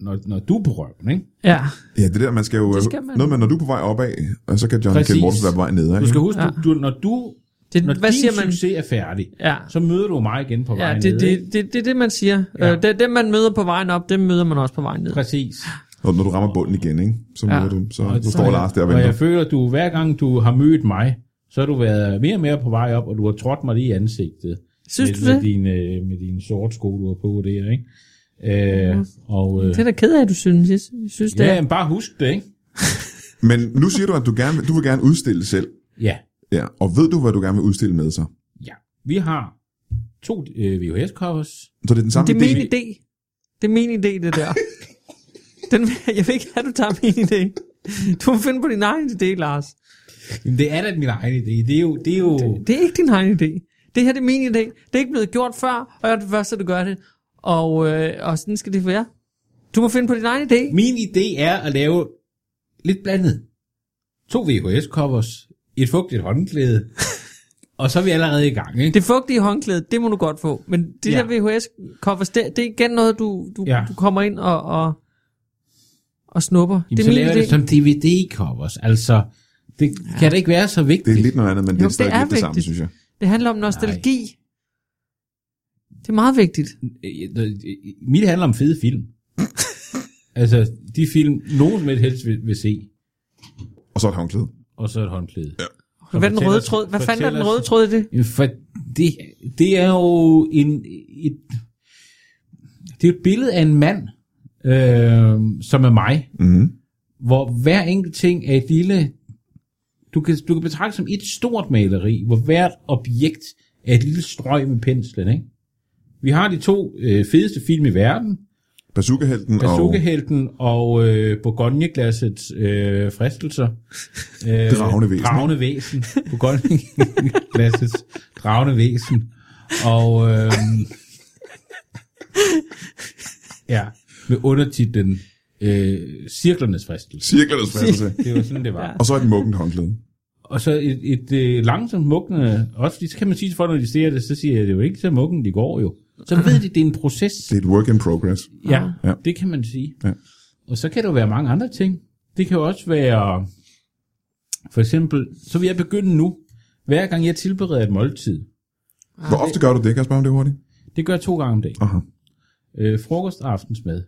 når, når du er på røven, ikke? Ja. Ja, det der, man skal jo... Det skal man. Noget med, når du er på vej opad, og så kan John Ken Præcis. Mortensen være på vej nedad. Du skal ikke? huske, Ja. ja. du, når du Det, Når Hvad din siger man? succes er færdig, Ja. så møder du mig igen på vejen Ja, det, ned, ikke? det, det, det er det, man siger. Ja. Ja. Øh, det, dem, man møder på vejen op, dem møder man også på vejen ned. Præcis. Og når du rammer bunden igen, ikke? så, Ja. ja. du, så, Og så så- står Lars der og Og venter. jeg føler, at du hver gang du har mødt mig, så har du været mere og mere på vej op, og du har trådt mig lige i ansigtet. Synes med, du det? Med dine, øh, med dine sorte sko, du har på der, ikke? Øh, og, øh, Mhm. Det er da ked af, at du synes. Jeg sy- synes, det ja, er. men bare husk det, ikke? Men nu siger du, at du, gerne, vil- du vil gerne udstille selv. Ja. Ja, og ved du, hvad du gerne vil udstille med så? ja. Vi har to øh, VHS-covers. Så det er den samme Det er idé. min idé. Det er min idé, det der. Den, jeg vil ikke have, at du tager min idé. Du må finde på din egen idé, Lars. Jamen, det er da min egen idé. Det er jo... Det er jo Det er ikke din egen idé. Det her det er min idé. Det er ikke blevet gjort før, og jeg er det første, der gør det. Og, øh, og sådan skal det være. Du må finde på din egen idé. Min idé er at lave lidt blandet. To VHS-covers, et fugtigt håndklæde, og så er vi allerede i gang, ikke? Det fugtige håndklæde, det må du godt få. Men det ja. Ja. der VHS-covers, det, det er igen noget, du, du, ja. Ja. du kommer ind og, og, og snupper. Jamen, det så er min laver jeg det idé. som DVD-covers. Altså, det ja. kan da ikke være så Det vigtigt. er lidt noget andet, men jo, det Jo, er stadig det er lidt det samme, vigtigt. synes jeg. Det handler om nostalgi. Nej. Det er meget vigtigt. Øh, lidt... Mit handler om fede film. altså, de film, nogen som helst vil, vil se, Og så et håndklæde. og så et håndklæde. Ja. Kom, Hvad er den fortæl røde os- tråd? Hvad fanden er fortæl den os- røde tråd i det? Jamen, For det, det er jo en, et, det er et billede af en mand, øh, som er mig, Mm-hmm. hvor hver enkelt ting er et lille, du kan, du kan betragte som et stort maleri, hvor hvert objekt er et lille strøg med penslen, ikke? Vi har de to øh, fedeste film i verden, Bazookahelten og Bazookahelten og øh, Bourgogne-glassets øh, fristelser. Øh, Dragende væsen. Dragende væsen. Bourgogne-glassets dragende væsen. Og øh, ja, med undertitlen øh, Cirklernes fristelse. cirklernes fristelse. Det var sådan, det var. Og så et muggent håndklæde. Og så et, et øh, langsomt mukkende, også fordi så kan man sige til folk, når de ser det, så siger jeg, det er jo ikke så mukken, de går jo. Så ved de, det er en proces. Det er et work in progress. Ja, Ja. ja, det kan man sige. Ja. Ja. Og så kan der jo være mange andre ting. Det kan jo også være, for eksempel, så vil jeg begynde nu, hver gang jeg tilbereder et måltid. Hvor ofte gør du det? Kan jeg spørge om det hurtigt? Det gør jeg to gange om dagen. Aha. Øh, frokost og aftensmad.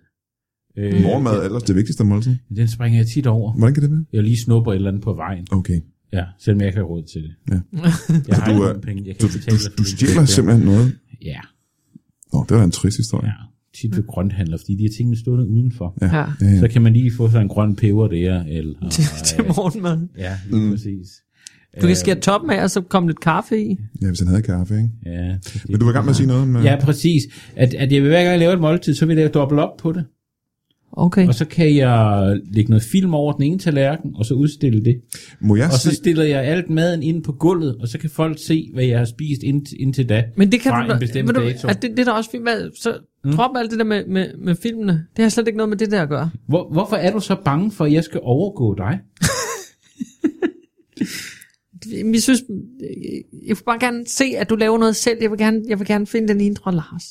Øh, Morgenmad er ellers det vigtigste måltid. Den springer jeg tit over. Hvordan kan det være? Jeg lige snupper et eller andet på vejen. Okay. Ja, selvom jeg ikke har råd til det. Ja. Jeg har du ikke er- nogen penge. Jeg Du, kan ikke du, betale dig for du det. stjæler simpelthen noget. Ja, Nå, det var da en trist historie. ja. Tit ved grønthandler, fordi de har tingene stående udenfor. Ja. Ja. Ja, ja. Så kan man lige få sådan en grøn peber der, eller... Til, til morgenmad. Ja, lige Mm. mm. præcis. Du Øh. kan skære toppen af, og så komme lidt kaffe i. ja, hvis han havde kaffe, ikke? Ja, præcis. Men du var i gang med at sige noget øh, med... Ja, præcis. At, at jeg vil hver gang jeg laver et måltid, så vil jeg dobbelt op på det. Okay. Og så kan jeg lægge noget film over den ene tallerken, og så udstille det. Må jeg Og så sige... stiller jeg alt maden ind på gulvet, og så kan folk se, hvad jeg har spist ind, indtil da. Men det kan fra du, en bestemt ved du, dato. Hmm? at det, det er da også fint. Hvad, så mm. drop alt det der med, med, med filmene. Det har slet ikke noget med det der at gøre. Hvor, hvorfor er du så bange for, at jeg skal overgå dig? Vi synes, øh, jeg vil bare gerne se, at du laver noget selv. Jeg vil gerne, jeg vil gerne finde den indre Lars.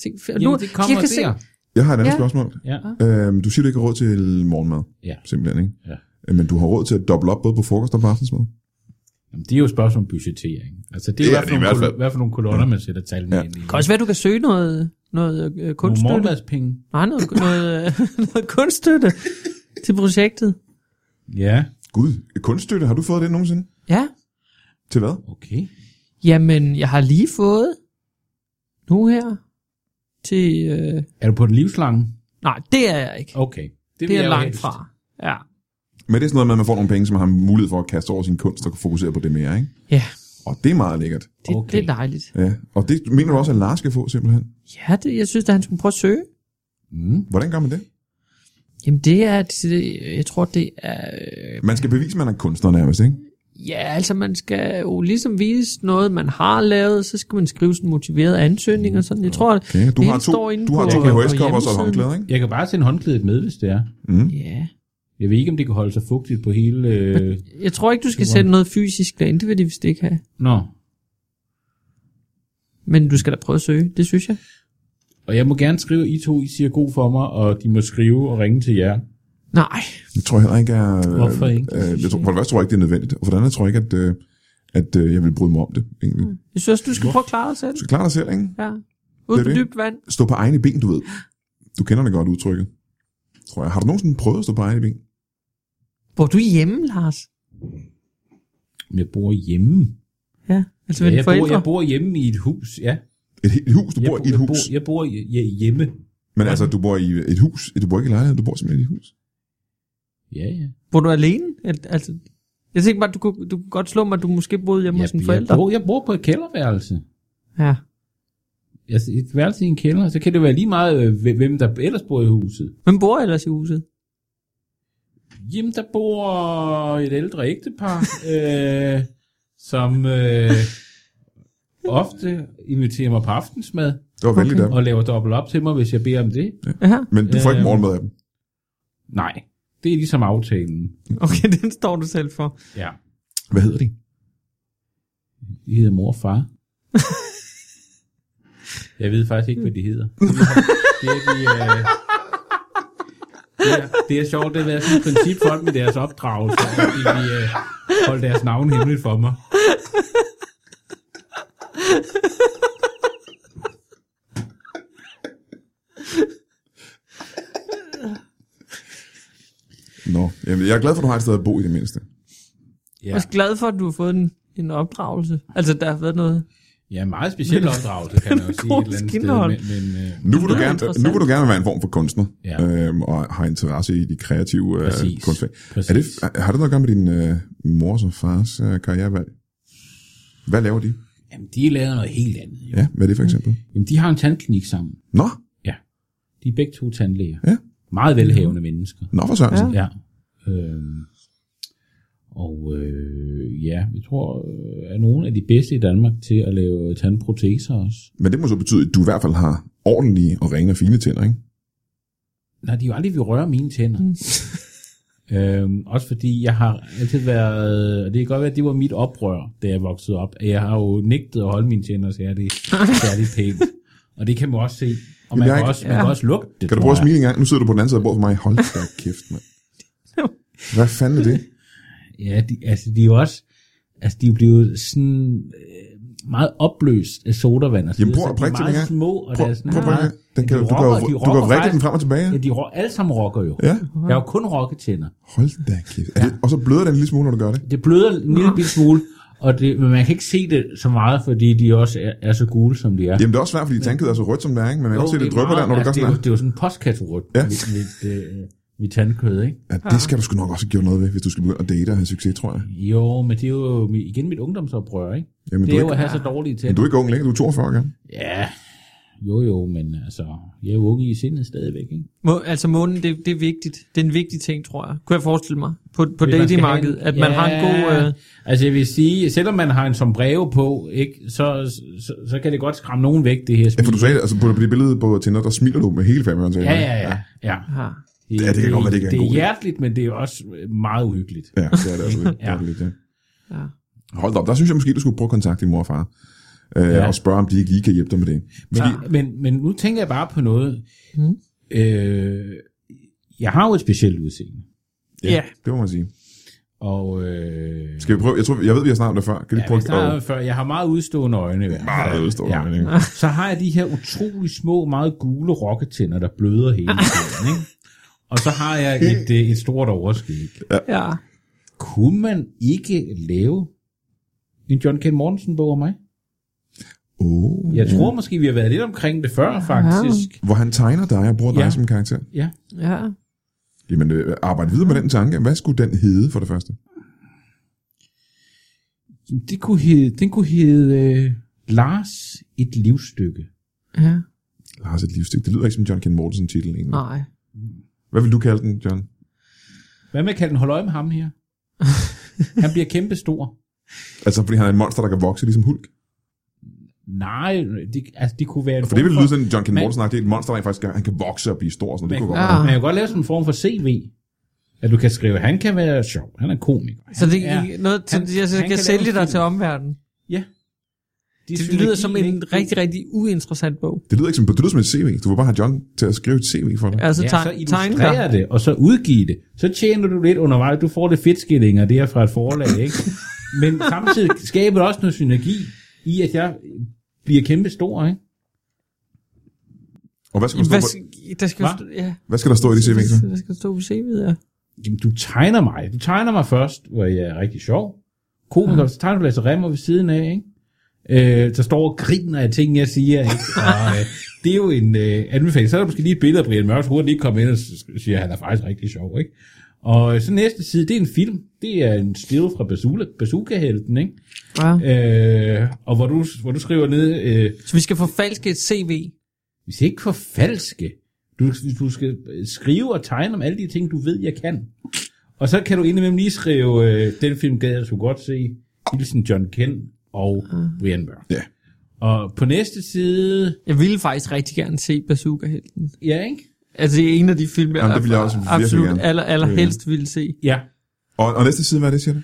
Se, f- Jamen, det kommer jeg kan der. Se, Jeg har et andet Ja. spørgsmål. Ja. Øhm, du siger, du ikke har råd til morgenmad. Ja. Simpelthen, ikke? Ja. Øh, Men du har råd til at doble op både på frokost og på aftensmad. Jamen, det er jo et spørgsmål om budgettering. Altså, det er, Det det er er det i hvad, hvert for fald. nogle, hvad for nogle kolonner, man sætter tal Ja. med ja. ind i. det kan også være, du kan søge noget, noget øh, Nogle kunststøtte. morgenmadspenge. Nej, noget, noget, øh, noget kunststøtte til projektet. Ja, Gud, kunststøtte, har du fået det nogensinde? Ja. Til hvad? okay. Jamen, jeg har lige fået nu her til... Øh, Er du på den livslange? nej, det er jeg ikke. Okay. Det, Det vil er jeg jo langt helst. fra. Ja. Men det er sådan noget med, at man får nogle penge, som man har mulighed for at kaste over sin kunst og fokusere på det mere, ikke? Ja, Og det er meget lækkert. det, okay. Okay. det er dejligt. Ja. Og det mener du også, at Lars skal få, simpelthen. Ja, det, jeg synes, at han skulle prøve at søge. Mm. Hvordan gør man det? Jamen, det er... Det, jeg tror, det er... Øh, Man skal bevise, at man er kunstner nærmest, ikke? ja, altså, man skal jo ligesom vise noget, man har lavet, så skal man skrive sådan en motiveret ansøgning og Mm, sådan. Jeg tror, at Okay. Du det har hele to, står inde du har på- to på VHS-kopper og så et hjemmesiden. håndklæde, ikke? Jeg kan bare sende håndklædet med, hvis det er. Ja. Jeg ved ikke, om det kan holde sig fugtigt på hele... Øh... Jeg tror ikke, du skal sætte noget fysisk derinde. Det vil de vist ikke have. Nå. Men du skal da prøve at søge. Det synes jeg. Og jeg må gerne skrive, I to I siger god for mig, og de må skrive og ringe til jer. Nej. Jeg tror heller ikke, at... Hvorfor ikke? Øh, jeg tror, for det første tror jeg ikke, det er nødvendigt. Og for det andet tror jeg ikke, at, øh, at øh, jeg vil bryde mig om det, egentlig. Mm. Jeg synes, du skal prøve at klare dig selv. Så klar dig selv, ikke? Ja. Ude Det er på det. dybt vand. Stå på egne ben, du ved. Du kender det godt udtrykket. Tror jeg. Har du nogensinde prøvet at stå på egne ben? Bor du hjemme, Lars? Men jeg bor hjemme. Ja. Altså, Ja, ved ja, jeg, bor, forældre? jeg bor hjemme i et hus, ja. Et, he- et hus, du Jeg, bor i et jeg hus. Bor, jeg bor i- ja, hjemme. Men altså, du bor i et hus. Du bor ikke i lejlighed, du bor simpelthen i et hus. Ja, ja. Bor du alene? Al- Altså, jeg tænkte bare, du kunne, du kunne godt slå mig, at du måske boede hjemme Jeg, hos dine jeg, forældre. bor, jeg bor på et kælderværelse. Ja. Altså et værelse i en kælder, så kan det være lige meget, øh, hve- hvem der ellers bor i huset. Hvem bor ellers i huset? Jamen, der bor et ældre ægtepar, øh, som øh, ofte inviterer mig på aftensmad. Det var venligt af dem. og laver dobbelt op til mig, hvis jeg beder om det. Ja. Men du får ikke Øh, morgenmad af dem. Nej, det er ligesom aftalen. Okay, den står du selv for. Ja. Hvad hedder de? De hedder mor og far. jeg ved faktisk ikke, hvad de hedder. Det er, de, øh, det, er, det er sjovt, det har været sådan et princip for dem i deres opdragelse, at de vil øh, holde deres navn hemmeligt for mig. Nå, jamen, jeg er glad for, at du har et sted at bo i det mindste. Jeg er også glad for, at du har fået en, en opdragelse. Altså, der har været noget... Ja, meget speciel opdragelse, kan man jo sige et eller andet sted. Skinhold. Men, men, øh, Nu vil, du Det er gerne, interessant. nu vil du gerne være en form for kunstner, Ja. øhm, og har interesse i de kreative øh, Præcis. kunstfag. Præcis. Er det, har det noget at gøre med din øh, mors og fars øh, karrierevalg? Hvad laver de? Jamen, de laver noget helt andet. Jo. Ja, hvad er det for eksempel? Jamen, de har en tandklinik sammen. Nå, De er begge to tandlæger. Ja. Meget velhavende mennesker. nå for Sørensen. Ja. Ja. Ja. Øhm, og øh, ja, jeg tror, øh, er nogle af de bedste i Danmark til at lave tandproteser også. Men det må så betyde, at du i hvert fald har ordentlige og rene og fine tænder, ikke? Nej, de er jo aldrig vil røre mine tænder. øhm, også fordi jeg har altid været, og det kan godt være, at det var mit oprør, da jeg voksede op. at Jeg har jo nægtet at holde mine tænder særlig, særlig pænt. Og det kan man også se. Og Jamen, man, jeg kan er- også, man kan også lugte Kan det, du tror prøve at jeg. smile en gang? Nu sidder du på den anden side af bordet for mig. Hold da kæft, mand. Hvad fanden er det? Ja, de, altså de er jo også, altså de er jo blevet sådan øh, meget opløst af sodavand og så Jamen, videre, prøv så at de prikke til er meget den her. små, og Prøv, der er sådan prøv, prøv, meget, den kan, de du, kan, jo- rocker- de du kan jo rocker vrikke den faktisk- frem og tilbage. Ja, de ro- alle sammen rocker jo. Ja, Jeg har jo kun rocketænder. hold da kæft. Er det, og så bløder den en lille smule, når du gør det. Det bløder en lille bitte smule, og det, men man kan ikke se det så meget, fordi de også er, er så gule, som de er. Jamen det er også svært, fordi tandkødet er så rødt, som det er, ikke? Men man kan også se, Jo, det er drypper der, meget- når du altså, gør sådan det, er her. jo, det er jo sådan en postkasserut Ja. ja. mit, mit, øh, mit tandkød, ikke? Ja, det skal du sgu nok også have gjort noget ved, hvis du skal begynde at date og have succes, tror jeg. Jo, men det er jo mi- igen mit ungdomsoprør, ikke? Jamen, det du er er jo at ikke- have så dårlige Men du tænder. er ikke ung længere, du er 42, ikke? Ja, jo jo, men altså, jeg er jo unge i sindet stadigvæk, ikke? Må, altså månen, det, det er vigtigt. Det er en vigtig ting, tror jeg. Kunne jeg forestille mig. På, på Hvis man skal have datingmarkedet, en- at man har en god... Øh, Altså jeg vil sige, selvom man har en sombrero på, ikke, så, så, så kan det godt skræmme nogen væk, det her Ja, for smil. du sagde, altså på, på det billede på Tinder, der smiler du med hele familien. Ja, ja, ja. ja. har. Ja, det kan godt være, det ikke er en det er god idé. hjerteligt, men det er også øh, meget uhyggeligt. Ja, det er det altså. lidt. Det er Ja. det lidt, ja. Ja. Hold da op, der synes jeg måske, du skulle prøve at kontakte din mor og far. Øh, Ja. Og spørge, om de ikke lige kan hjælpe dig med det. Men, ja. men, men nu tænker jeg bare på noget. Mm. Øh, jeg har jo et specielt udseende, Ja. Det må man sige. og øh, Skal vi prøve? Jeg, tror, jeg ved, vi har snakket det før. Kan du ja, lige prøve hvis der er at... noget før, jeg har meget udstående øjne. i hvert fald. Meget udstående Ja. øjne, ikke? så har jeg de her utrolig små, meget gule rokketænder, der bløder hele tiden. Ikke? Og så har jeg et, øh, et stort overskæg. Ja. Kunne man ikke lave en John K. Mortensen-bog om mig? Oh, Jeg tror måske, vi har været lidt omkring det før, faktisk. Hvor han tegner dig og bruger dig Ja. som karakter. Ja. Ja. Jamen, øh, arbejde videre med den tanke. Hvad skulle den hedde for det første? Jamen, Det kunne hedde, den kunne hedde øh, Lars et livsstykke. Ja. Lars et livsstik. Det lyder ikke som John Ken Mortensen titel egentlig. Nej. Hvad vil du kalde den, John? Hvad med at kalde den holde øje med ham her? Han bliver kæmpestor. Altså, fordi han er en monster, der kan vokse ligesom Hulk. Nej, det, altså det kunne være... en For det form vil lyde sådan, John Ken Men- Mortensen, det er et monster, der rent faktisk kan, han kan vokse og blive stor. og Sådan, noget. det Man, kunne godt Ja. være. man kan godt lave sådan en form for CV, at du kan skrive, han kan være sjov, han er komiker. Så det Han er noget, som han- jeg så han kan kan sælge lave dig film. til omverdenen. Ja. De Det lyder som en rigtig, rigtig uinteressant bog. Det lyder ikke som, det lyder som et CV. Du vil bare have John til at skrive et CV for dig. Altså, Ja, ja, så tegne dig. illustrerer det, og så udgive det. Så tjener du lidt undervejs. Du får lidt fedtskillinger, det er fra et forlag, ikke? Men samtidig skaber det også noget synergi i, at jeg bliver kæmpe stor, ikke? Og hvad skal, der stå Hvad, på, sk- der skal jo Hva? stå, ja. hvad skal der stå i det CV? Så? Der skal stå på CV'et, ja. Jamen, du tegner mig. Du tegner mig først, hvor jeg er rigtig sjov. Komiker, så tegner du Lasse Remmer ved siden af, ikke? Øh, der står og griner af ting, jeg siger, ikke? Og, øh, det er jo en øh, anbefaling. Så er der måske lige et billede af Brian Mørk, hurtigt lige kommer ind og s- siger, at han er faktisk rigtig sjov, ikke? Og øh, så næste side, det er en film. Det er en stil fra Bazooka, Bazooka-helten, ikke? ja. Øh, og hvor du, hvor du skriver ned, øh, Så vi skal forfalske et CV. hvis ikke for falske. Du, du skal skrive og tegne om alle de ting, du ved, jeg kan. Og så kan du indimellem lige skrive, øh, den film gad jeg så godt se, Hilsen John Ken og Brian Mørk. Ja. Og på næste side, Jeg ville faktisk rigtig gerne se Bazooka-helten. ja ikke? Altså, det er en af de film, jeg altså Jamen, det ville jeg også virkelig absolut gerne. aller, allerhelst ville se. Ja. Og, og næste side, hvad er det, siger du?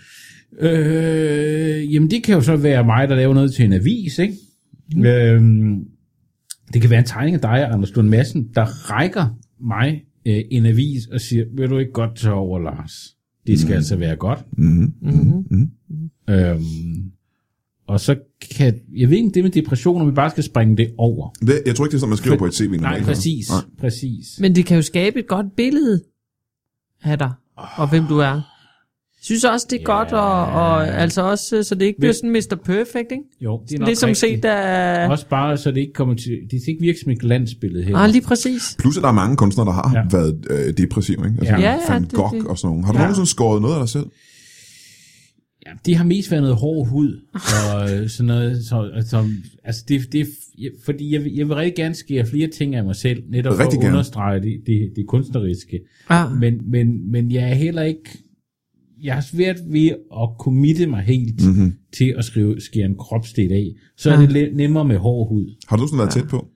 Øh, jamen det kan jo så være mig, der laver noget til en avis, ikke? Mm. Øh, det kan være en tegning af dig, Anders Lund Madsen, der rækker mig øh, en avis og siger, vil du ikke godt tage over, Lars? Det Mhm. skal mm. altså være godt. Mm-hmm. Mm-hmm. Øhm, og så kan, jeg ved ikke det med depression, om vi bare skal springe det over. Det, jeg tror ikke, det er sådan, man skriver på et CV. Nej, normalt. præcis, Nej. præcis. Men det kan jo skabe et godt billede af dig, og hvem du er. synes også, det er godt, og, og altså også, øh, så det ikke bliver sådan Mr. Perfect, ikke? Jo, det er nok Ligesom rigtigt. set af... Også bare, så det ikke kommer til... Det skal ikke virke som et glansbillede her. Ah, lige præcis. Plus, at der er mange kunstnere, der har ja. Ja. været øh, depressive, ikke? Altså, Ja. Ja, ja, ja, ja, Van det- Gogh det- og sådan nogle. Har du ja. nogensinde skåret noget af dig selv? Ja, det har mest været noget hård hud og øh, sådan noget. Så, så, altså det, det, jeg- fordi jeg, vil- jeg vil rigtig gerne skære flere ting af mig selv, netop for Rigtig at gerne. understrege det, det, det kunstneriske. Ja. Men, men, men jeg er heller ikke... Jeg har svært ved at committe mig helt Mhm. mm-hmm. til at skrive, skære en kropsdel af. Så er Ah. det lidt nemmere med hård hud. Har du sådan været ja. tæt på?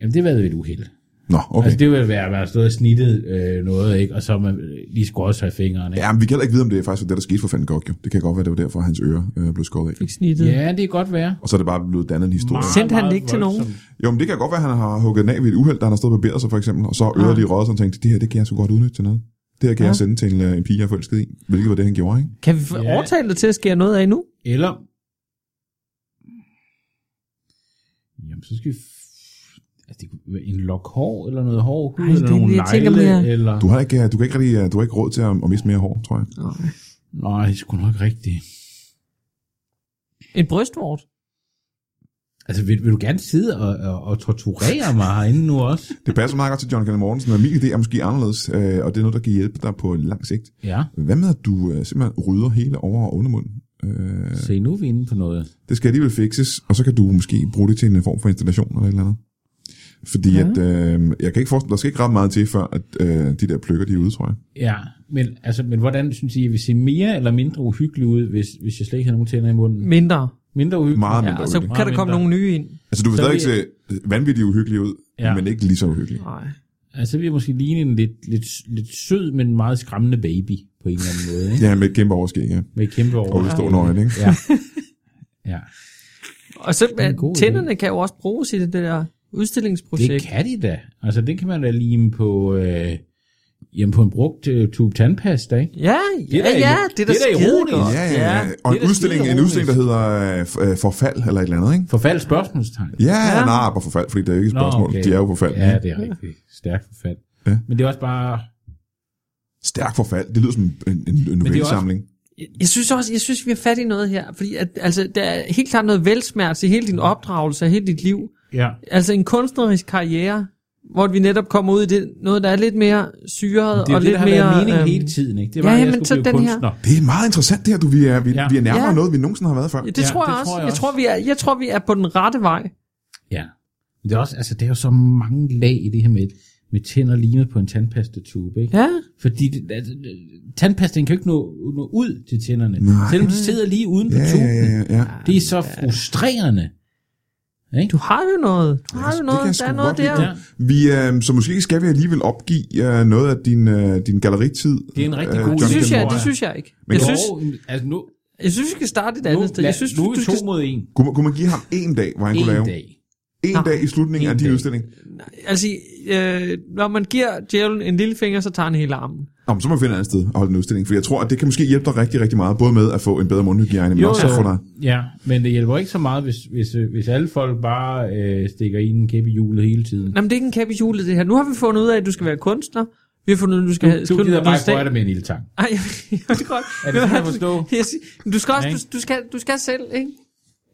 Jamen, det har været et uheld. Nå, okay. Altså, Altså, det... det vil være, at man har stået og snittet øh, noget, ikke? og så man øh, lige skulle også have fingrene. Ja, men vi kan heller ikke vide, om det er faktisk var det, der skete for Van Gogh, jo. Det kan godt være, det var derfor, at hans ører øh, blev skåret af. Fik snittet. Ja, det kan godt være. Og så er det bare blevet dannet en historie. Meget, Sendte han det meget ikke til nogen? voldsomt. Jo, men det kan godt være, at han har hugget den af ved et uheld, der han har stået og barberet sig for eksempel, og så har øret lige røget sig og tænkt, det her, det kan jeg så godt udnytte til noget. Det her kan ja. jeg sende til en, øh, en pige, jeg er forelsket i. Hvilket var det, han gjorde, ikke? Kan vi få- Ja. overtale dig til at skære noget af nu? Eller... Jamen, så skal vi... f- Altså, det kunne være en lok hår, eller noget hår, Ej, hud, eller det er nogle det, jeg tænker negle, mere. eller... Du har ikke, øh, du kan ikke, rigtig, øh, du har ikke råd til at, at miste mere hår, tror jeg. Nej, det er sgu nok rigtigt. En brystvort? Altså, vil, vil du gerne sidde og, og, og torturere mig herinde nu også? Det passer meget godt til John Kenneth Mortensen, men min idé er måske anderledes, øh, og det er noget, der kan hjælpe dig på lang sigt. Ja, Hvad med, at du øh, simpelthen rydder hele over- og undermunden? Øh, se nu er vi inde på noget. det skal alligevel fikses, og så kan du måske bruge det til en form for installation eller et eller andet. Fordi ja. at, øh, jeg kan ikke forestille, der skal ikke ret meget til, før at, øh, de der pløkker, de er ude, tror jeg. Ja, men, altså, men hvordan synes I, jeg vil se mere eller mindre uhyggelig ud, hvis, hvis jeg slet ikke har nogen tænder i munden? Mindre. Mindre uhyggelig? Meget Ja, mindre og ja, så uhyggelig. kan der komme mindre. nogle nye ind. Altså, du vil så stadig vi- se vanvittigt uhyggelig ud, ja. Ja. men ikke lige så uhyggelig. Nej. Altså, vi er måske ligne en lidt, lidt, lidt sød, men meget skræmmende baby, på en eller anden måde, ikke? Ja, med et kæmpe overskæg, ja. Med et kæmpe Og over. udstående øjne, ikke? Ja. ja. Og så er en god idé. tænderne kan jo også bruges i det der udstillingsprojekt. Det kan de da. Altså, det kan man da lime på, øh, jamen på en brugt øh, tube tandpasta, ikke? Ja, Det ja, er da- ja, det er da det er da skide ironisk. godt. Ja, ja, ja. Og det en er da udstilling, skide en udstilling, der ironisk. hedder øh, f- øh, Forfald eller et eller andet, ikke? Forfald spørgsmålstegn. Ja, Ja. ja. nej, bare forfald, fordi det er jo ikke et spørgsmål. okay. De er jo forfald. Ja, ikke? det er rigtigt. Stærk forfald. Ja. Ja. Men det er også bare... Stærk forfald, det lyder som en, en, en novellesamling. Jeg synes også, jeg synes, vi har fat i noget her, fordi at, altså, der er helt klart noget velsmert i hele din opdragelse og hele dit liv. Ja. Altså en kunstnerisk karriere, hvor vi netop kommer ud i det, noget, der er lidt mere syret Det er og jo det, lidt der har mere... været mening øhm, hele tiden, ikke? Det ja, var, at jeg jamen, så skulle blive den her- kunstner. Det er meget interessant det her, du. Vi er, vi, Ja. ja. vi er nærmere Ja. ja. noget, vi nogensinde har været før. det Ja, tror, jeg også. det tror Jeg, jeg også. tror, vi er, jeg tror, vi er på den rette vej. Ja. Men det er også, altså, der er jo så mange lag i det her med, med tænder limet på en tandpastatube, ikke? Ja, Fordi det, altså, tandpastaen kan jo ikke nå, nå ud til tænderne, Nej. selvom de sidder lige uden på Ja, ja, tuben. ja, ja, ja. Det er så frustrerende. Ikke? du har jo noget. Du har det jo kan noget. jeg Der sgu er noget godt lide. der. Ja. Vi, øh, så måske skal vi alligevel opgive øh, noget af din, øh, din galleritid. Det er en rigtig øh, god Johnny Det synes Gilmore. jeg, Kenneth Moore, det ja. synes jeg ikke. Men Jeg jo. synes, Jo, altså nu, jeg synes, vi skal starte et nu, andet sted. lad, Jeg synes, nu er du vi to skal... mod en. Kunne, man- kunne man give ham en dag, hvor han kunne lave? En dag. En Nej. dag i slutningen En af din dag. udstilling? Altså, øh, når man giver djævlen en lille finger, så tager han hele armen. Nå, men så må vi finde et andet sted at holde en udstilling, for jeg tror, at det kan måske hjælpe dig rigtig, rigtig meget, både med at få en bedre mundhygiejne, men Jo, også at få dig... Ja, men det hjælper ikke så meget, hvis, hvis, øh, hvis alle folk bare øh, stikker i en kæppe i hjulet hele tiden. Jamen, det er ikke en kæp i hjulet, det her. Nu har vi fundet ud af, at du skal være kunstner. Vi har fundet ud af, at du skal Du, du gider noget bare ikke stat- røre dig med en lille tang. Ej, jeg, jeg vil godt. Er det sådan at forstå? Jeg siger- men du skal også, Ja, du, du, skal, du skal selv, ikke?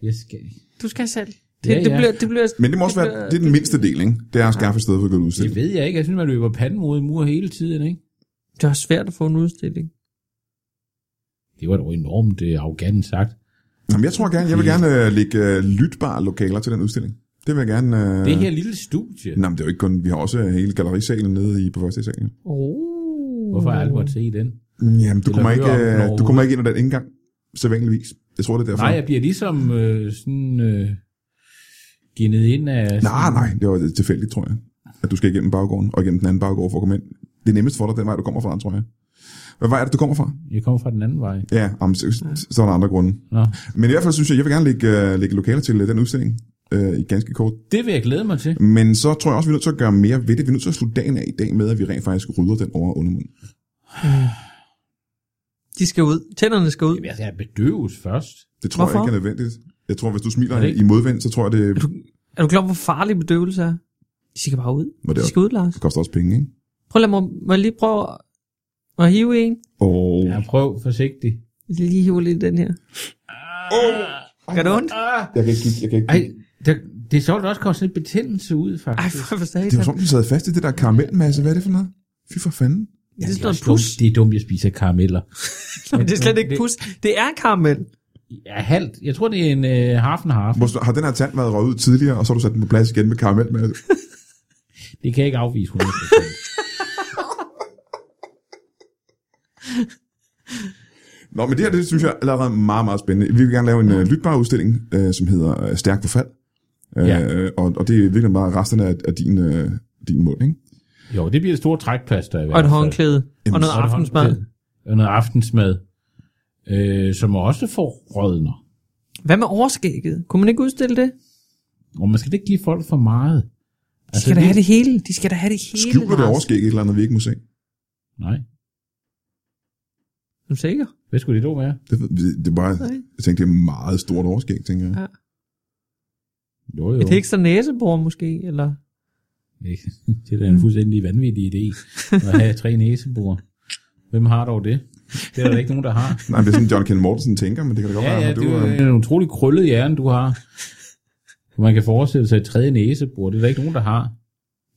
Jeg skal... Du skal selv. Det, Ja, det, ja. bliver, det bliver, Men det må også være, bliver- det er den mindste del, ikke? Det er at skaffe et sted for at gå ud og Det udstille. ved jeg ikke. Jeg synes, man løber panden mod en mur hele tiden, ikke? Det er svært at få en udstilling. Det var dog enormt øh, arrogant sagt. Jamen, jeg tror gerne, jeg vil gerne øh, lægge øh, lytbare lokaler til den udstilling. Det vil jeg gerne... Øh... Det her lille studie. Nej, men det er jo ikke kun... Vi har også hele gallerisalen nede i på første salen. Oh. Hvorfor har jeg aldrig måttet se den? Jamen, du Eller kommer, ikke, høre om den øh, du overhovedet. kommer ikke ind ad den indgang, sædvanligvis. Jeg tror, det er derfor. Nej, jeg bliver ligesom øh, sådan... Øh, ginnet ind af... nej, nej, det var tilfældigt, tror jeg. At du skal igennem baggården og igennem den anden baggård for at komme ind. Det er nemmest for dig, den vej, du kommer fra, tror jeg. Hvad vej er det, du kommer fra? Jeg kommer fra den anden vej. Ja, jamen, så, så er der andre grunde. Nå. Men i hvert fald synes jeg, jeg vil gerne lægge, øh, lægge lokaler til øh, den udstilling øh, i ganske kort Det vil jeg glæde mig til. Men så tror jeg også, vi er nødt til at gøre mere ved det. Vi er nødt til at slutte dagen af i dag med, at vi rent faktisk rydder den over og undermund. De skal ud. Tænderne skal ud. Jamen, altså, jeg skal bedøves først. Det tror Hvorfor? Hvorfor? jeg ikke er nødvendigt. Jeg tror, hvis du smiler Er det ikke- i modvind, så tror jeg, det, Du- Er du klar over, hvor farlig bedøvelse er? De skal bare ud. Men det er De skal ud, Lars. det koster også penge, ikke? Prøv at lade mig, må jeg lige prøve at- at hive en. Og Ja, prøv forsigtigt. Jeg skal lige hive lidt i den her. Gør det ondt? jeg kan ikke... Jeg kan ikke Ej, der, det er sjovt, der også kommer sådan en betændelse ud, Ej, faktisk. for det er jo satan. sådan, den sad fast i det der karamelmasse. Hvad er det for noget? Fy for fanden. Det er det, sådan er noget også pus. dumt. det er dumt, jeg spiser karameller. Det er slet ikke pus. Det er karamel. Ja, halvt. Jeg tror, det er en øh, half and half. Hvor- Har den her tand været røget ud tidligere, og så har du sat den på plads igen med karamelmasse? Det kan jeg ikke afvise 100%. Nå, men det her, det synes jeg allerede er meget, meget spændende. Vi vil gerne lave en uh, lytbar udstilling, uh, som hedder uh, Stærk forfald. Uh, Ja. og, og det er virkelig bare resterne af, af din, uh, din mund, ikke? jo, det bliver et stort trækplaster i hvert Og et fald. håndklæde. Og noget altså- Og et aftensmad. håndklæde. Og noget aftensmad. Øh, som også får rødner. Hvad med overskægget? Kunne man ikke udstille det? Og man skal da ikke give folk for meget. De Altså, skal da have det hele. De skal da have det hele. Skjuler det Lars. overskæg et eller andet, vi ikke må se? Nej. Er du sikker? Hvad skulle det dog være? Det, ved vi- det er bare, Nej. jeg tænkte, det er meget stort overskæg, tænker jeg. Ja. Jo, jo. Et ekstra næsebor måske, eller? det er da en fuldstændig vanvittig idé. At have tre næsebor. Hvem har dog det? Det er der ikke nogen, der har. Nej, det er sådan, John Ken Mortensen tænker, men det kan da godt Ja, være, ja, når det du... øh, er jo en utrolig krøllet hjerne, du har. Man kan forestille sig et tredje næsebord. Det er der ikke nogen, der har.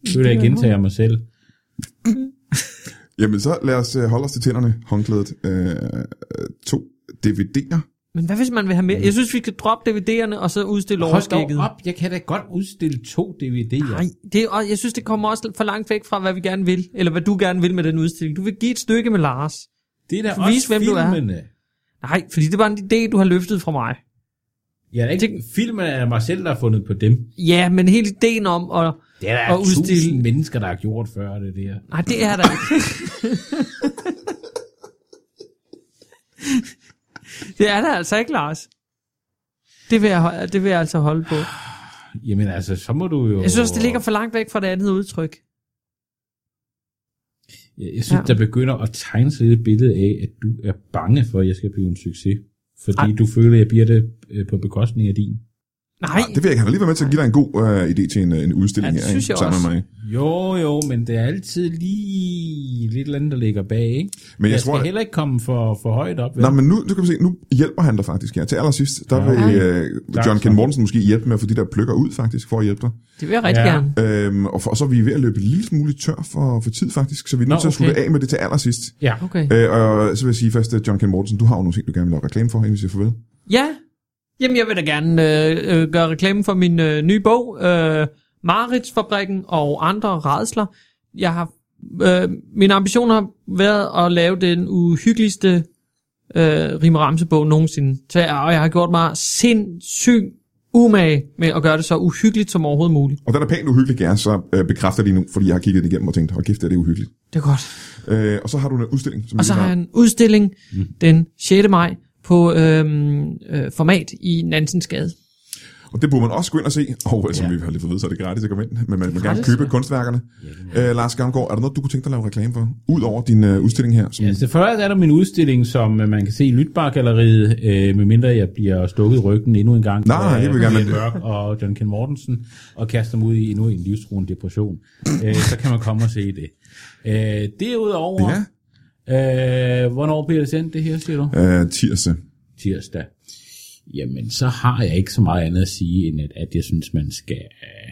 Det vil jeg Det ikke er gentage af mig selv. Jamen, så lad os øh, holde os til tænderne, håndklædet. Øh, øh, to DVD'er. Men hvad hvis man vil have mere? Jeg synes, vi skal droppe DVD'erne, og så udstille Hold dog overskægget. op, jeg kan da godt udstille to DVD'er. Nej, det, er- og jeg synes, det kommer også for langt væk fra, hvad vi gerne vil, eller hvad du gerne vil med den udstilling. Du vil give et stykke med Lars. Det er da Vis, også hvem du er. filmene. Nej, fordi det var en idé, du har løftet fra mig. Ja, det er ikke filmene af mig selv, der har fundet på dem. Ja, men hele ideen om at... Det er der Og udstille- tusind mennesker, der har gjort før det der. Nej, det er der ikke. det er der altså ikke, Lars. Det vil, jeg, hol- det vil jeg altså holde på. Jamen altså, så må du jo... Jeg synes, det ligger for langt væk fra det andet udtryk. Jeg, jeg synes, Ja. ja. der begynder at tegne sig et billede af, at du er bange for, at jeg skal blive en succes. Fordi Ej. du føler, at jeg bliver det øh, på bekostning af din. Nej, Det vil jeg ikke. Han har lige været med til at give dig en god øh, idé til en, øh, en udstilling Ja, det her, synes ikke? jeg sammen også. med mig. Jo, jo, men det er altid lige lidt eller andet, der ligger bag, ikke? Men jeg, jeg jeg skal tror, heller ikke komme for, for højt op. vel? Nej, men nu, du kan se, nu hjælper han dig faktisk her. Til allersidst, der Ja. vil Ej. øh, Tak, John Ken tak. Mortensen måske hjælpe med at få de der pløkker ud faktisk, for at hjælpe dig. det vil jeg rigtig Ja. ja. gerne. Øhm, og, for, og så er vi ved at løbe en lille smule tør for, for tid faktisk, så vi er nødt Nå, til at okay. slutte af med det til allersidst. Ja, Okay. Øh, og så vil jeg sige først, at John Ken Mortensen, du har jo nogle ting, du gerne vil lave reklame for, inden vi siger farvel. Ja, jamen jeg vil da gerne øh, øh, gøre reklame for min øh, nye bog, øh, Maritsfabrikken og andre redsler. Jeg har, øh, min ambition har været at lave den uhyggeligste øh, Rime Ramse-bog nogensinde. Så jeg, og jeg har gjort mig sindssygt umage med at gøre det så uhyggeligt som overhovedet muligt. Og den er pænt uhyggelig, gerne, så øh, bekræfter de nu, fordi jeg har kigget det igennem og tænkt, hold kæft, det er det uhyggeligt. Det er godt. Øh, og så har du en udstilling, som Og vi så lige har jeg en udstilling den 6. maj på øhm, øh, format i Nansens Gade. Og det burde man også gå ind og se. Og oh, som Ja. vi har lige fået ved, så er det gratis at komme ind. Men man må gerne gratis, købe ja. kunstværkerne. Øh, Lars Gamgaard, er der noget, du kunne tænke dig at lave reklame for? Udover din øh, udstilling her. Som, Ja, så først er der min udstilling, som øh, man kan se i Lytbar-galleriet, øh, medmindre jeg bliver stukket i ryggen endnu en gang. Nej, af jeg vil gerne- Brian Mørk og John Ken Mortensen, og kaster dem ud i endnu en livstruende depression. øh, så kan man komme og se det. Øh, derudover, ja. ja. øh, hvornår bliver det sendt det her, siger du? Øh, tirsdag. tirsdag, jamen så har jeg ikke så meget andet at sige, end at, at jeg synes, man skal, øh,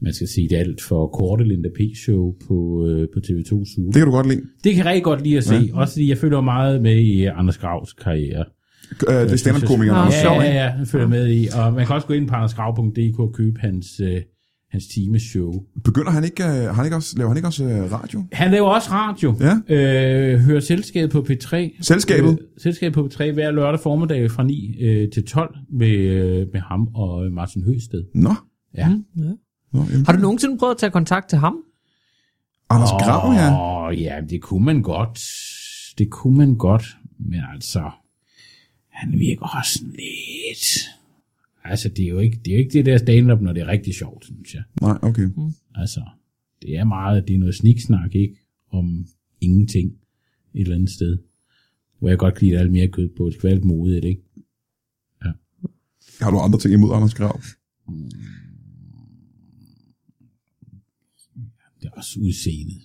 man skal se det alt for korte Linda P. show på, øh, på TV2 Zulu. Det Det, kan du godt lide. det kan jeg rigtig godt lide at se, ja. også fordi jeg følger meget med i øh, Anders Gravs karriere. Øh, det er stand-up-komikeren. Nå, Anders Ja, Schau, ja, ikke? ja, jeg følger med i, og man kan også gå ind på andersgrav.dk og købe hans, øh, hans timeshow. Begynder han ikke, øh, har han ikke også, laver han ikke også øh, radio? Han laver også radio. Ja. Øh, hører selskabet på P3. Selskabet? Øh, selskabet på P3 hver lørdag formiddag fra 9 øh, til 12 med, øh, med ham og øh, Martin Høsted. Nå. Ja. Mm, ja. Nå jamen. Har du nogensinde prøvet at tage kontakt til ham? Anders Grav, ja. Åh, ja, det kunne man godt. Det kunne man godt. Men altså, han virker også sådan lidt... Altså, det er jo ikke det, er jo ikke det der stand-up, når det er rigtig sjovt, synes jeg. Nej, okay. Altså, det er meget, det er noget sniksnak, ikke? Om ingenting et eller andet sted. Hvor jeg godt kan lide alt mere kød på. Det skal være lidt modigt, ikke? Har du andre ting imod Anders Grav? Det er også udseendet.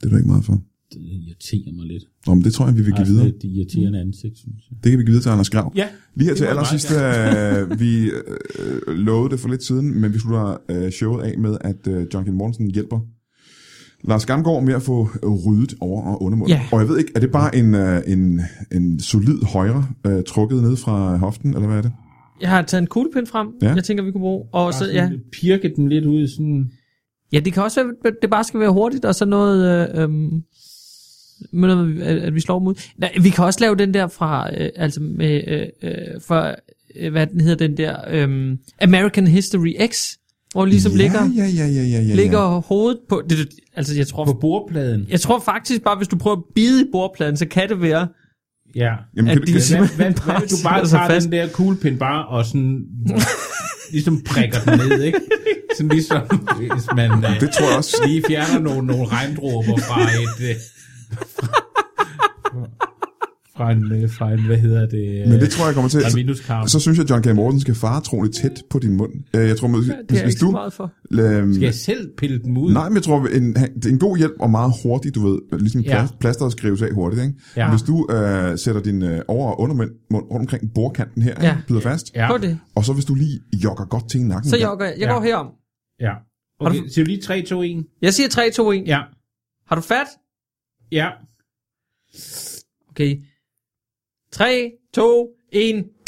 Det er du ikke meget for. det irriterer mig lidt. Nå, men det tror jeg, vi vil give videre. Det irriterende ansigt, synes jeg. Det kan vi give videre til Anders Grav. Ja, Lige her til det må jeg allersidst, øh, vi øh, lovede det for lidt siden, men vi slutter øh, showet af med, at øh, John Kent Mortensen hjælper Lars Gamgaard med at få øh, ryddet over og undermunden. Ja. Og jeg ved ikke, er det bare en, øh, en, en solid højre øh, trukket ned fra hoften, eller hvad er det? Jeg har taget en kuglepind frem, Ja. ja. jeg tænker, vi kunne bruge. Og så, ja. Pirke den lidt ud, sådan... ja, det kan også være, at det bare skal være hurtigt, og så noget, øh, øhm, med noget at, at vi slår dem ud. Nej, vi kan også lave den der fra, øh, altså med, øh, øh, for, øh, hvad den hedder den der, øh, American History X, hvor ligesom ja, ligger, ja, ja, ja, ja, ja, ja, ja. ja. ligger hovedet på, det, det, altså jeg tror, På bordpladen. jeg tror faktisk bare, hvis du prøver at bide i bordpladen, så kan det være, Ja. Jamen, at kan, de kan, Hvad, simpelthen hvad, bare hvad hvis du bare sidder så tager fast? den der kuglepind bare og sådan... ligesom prikker den ned, ikke? Sådan ligesom, hvis man øh, det tror jeg også. lige fjerner nogle, nogle regndråber fra et... Øh, fra, fra, en, øh, fra en, hvad hedder det... Øh, Men det tror jeg kommer til. fra en Så, vindueskarm. så synes jeg, at John K. Mortensen skal fare troligt tæt på din mund. Øh, Jeg tror, hvis, det er hvis, jeg hvis ikke så du... meget for. Øhm, Skal jeg selv pille øh, dem ud? Nej, men jeg tror, en, han- det er en god hjælp og meget hurtigt, du ved, ligesom Ja. ja. plaster skrives af hurtigt, ikke? Ja. Hvis du øh, sætter din øh, over- og undermund mund rundt omkring bordkanten her, ja. Ja. bider fast, Ja. Prøv det. og så hvis du lige jogger godt til i nakken, Så en gang, jeg, jeg Ja. går herom. Ja. Har Okay, du- så lige 3, 2, 1. Jeg siger 3, 2, 1. Ja. Har du fat? Ja. Okay. 3, 2, 1.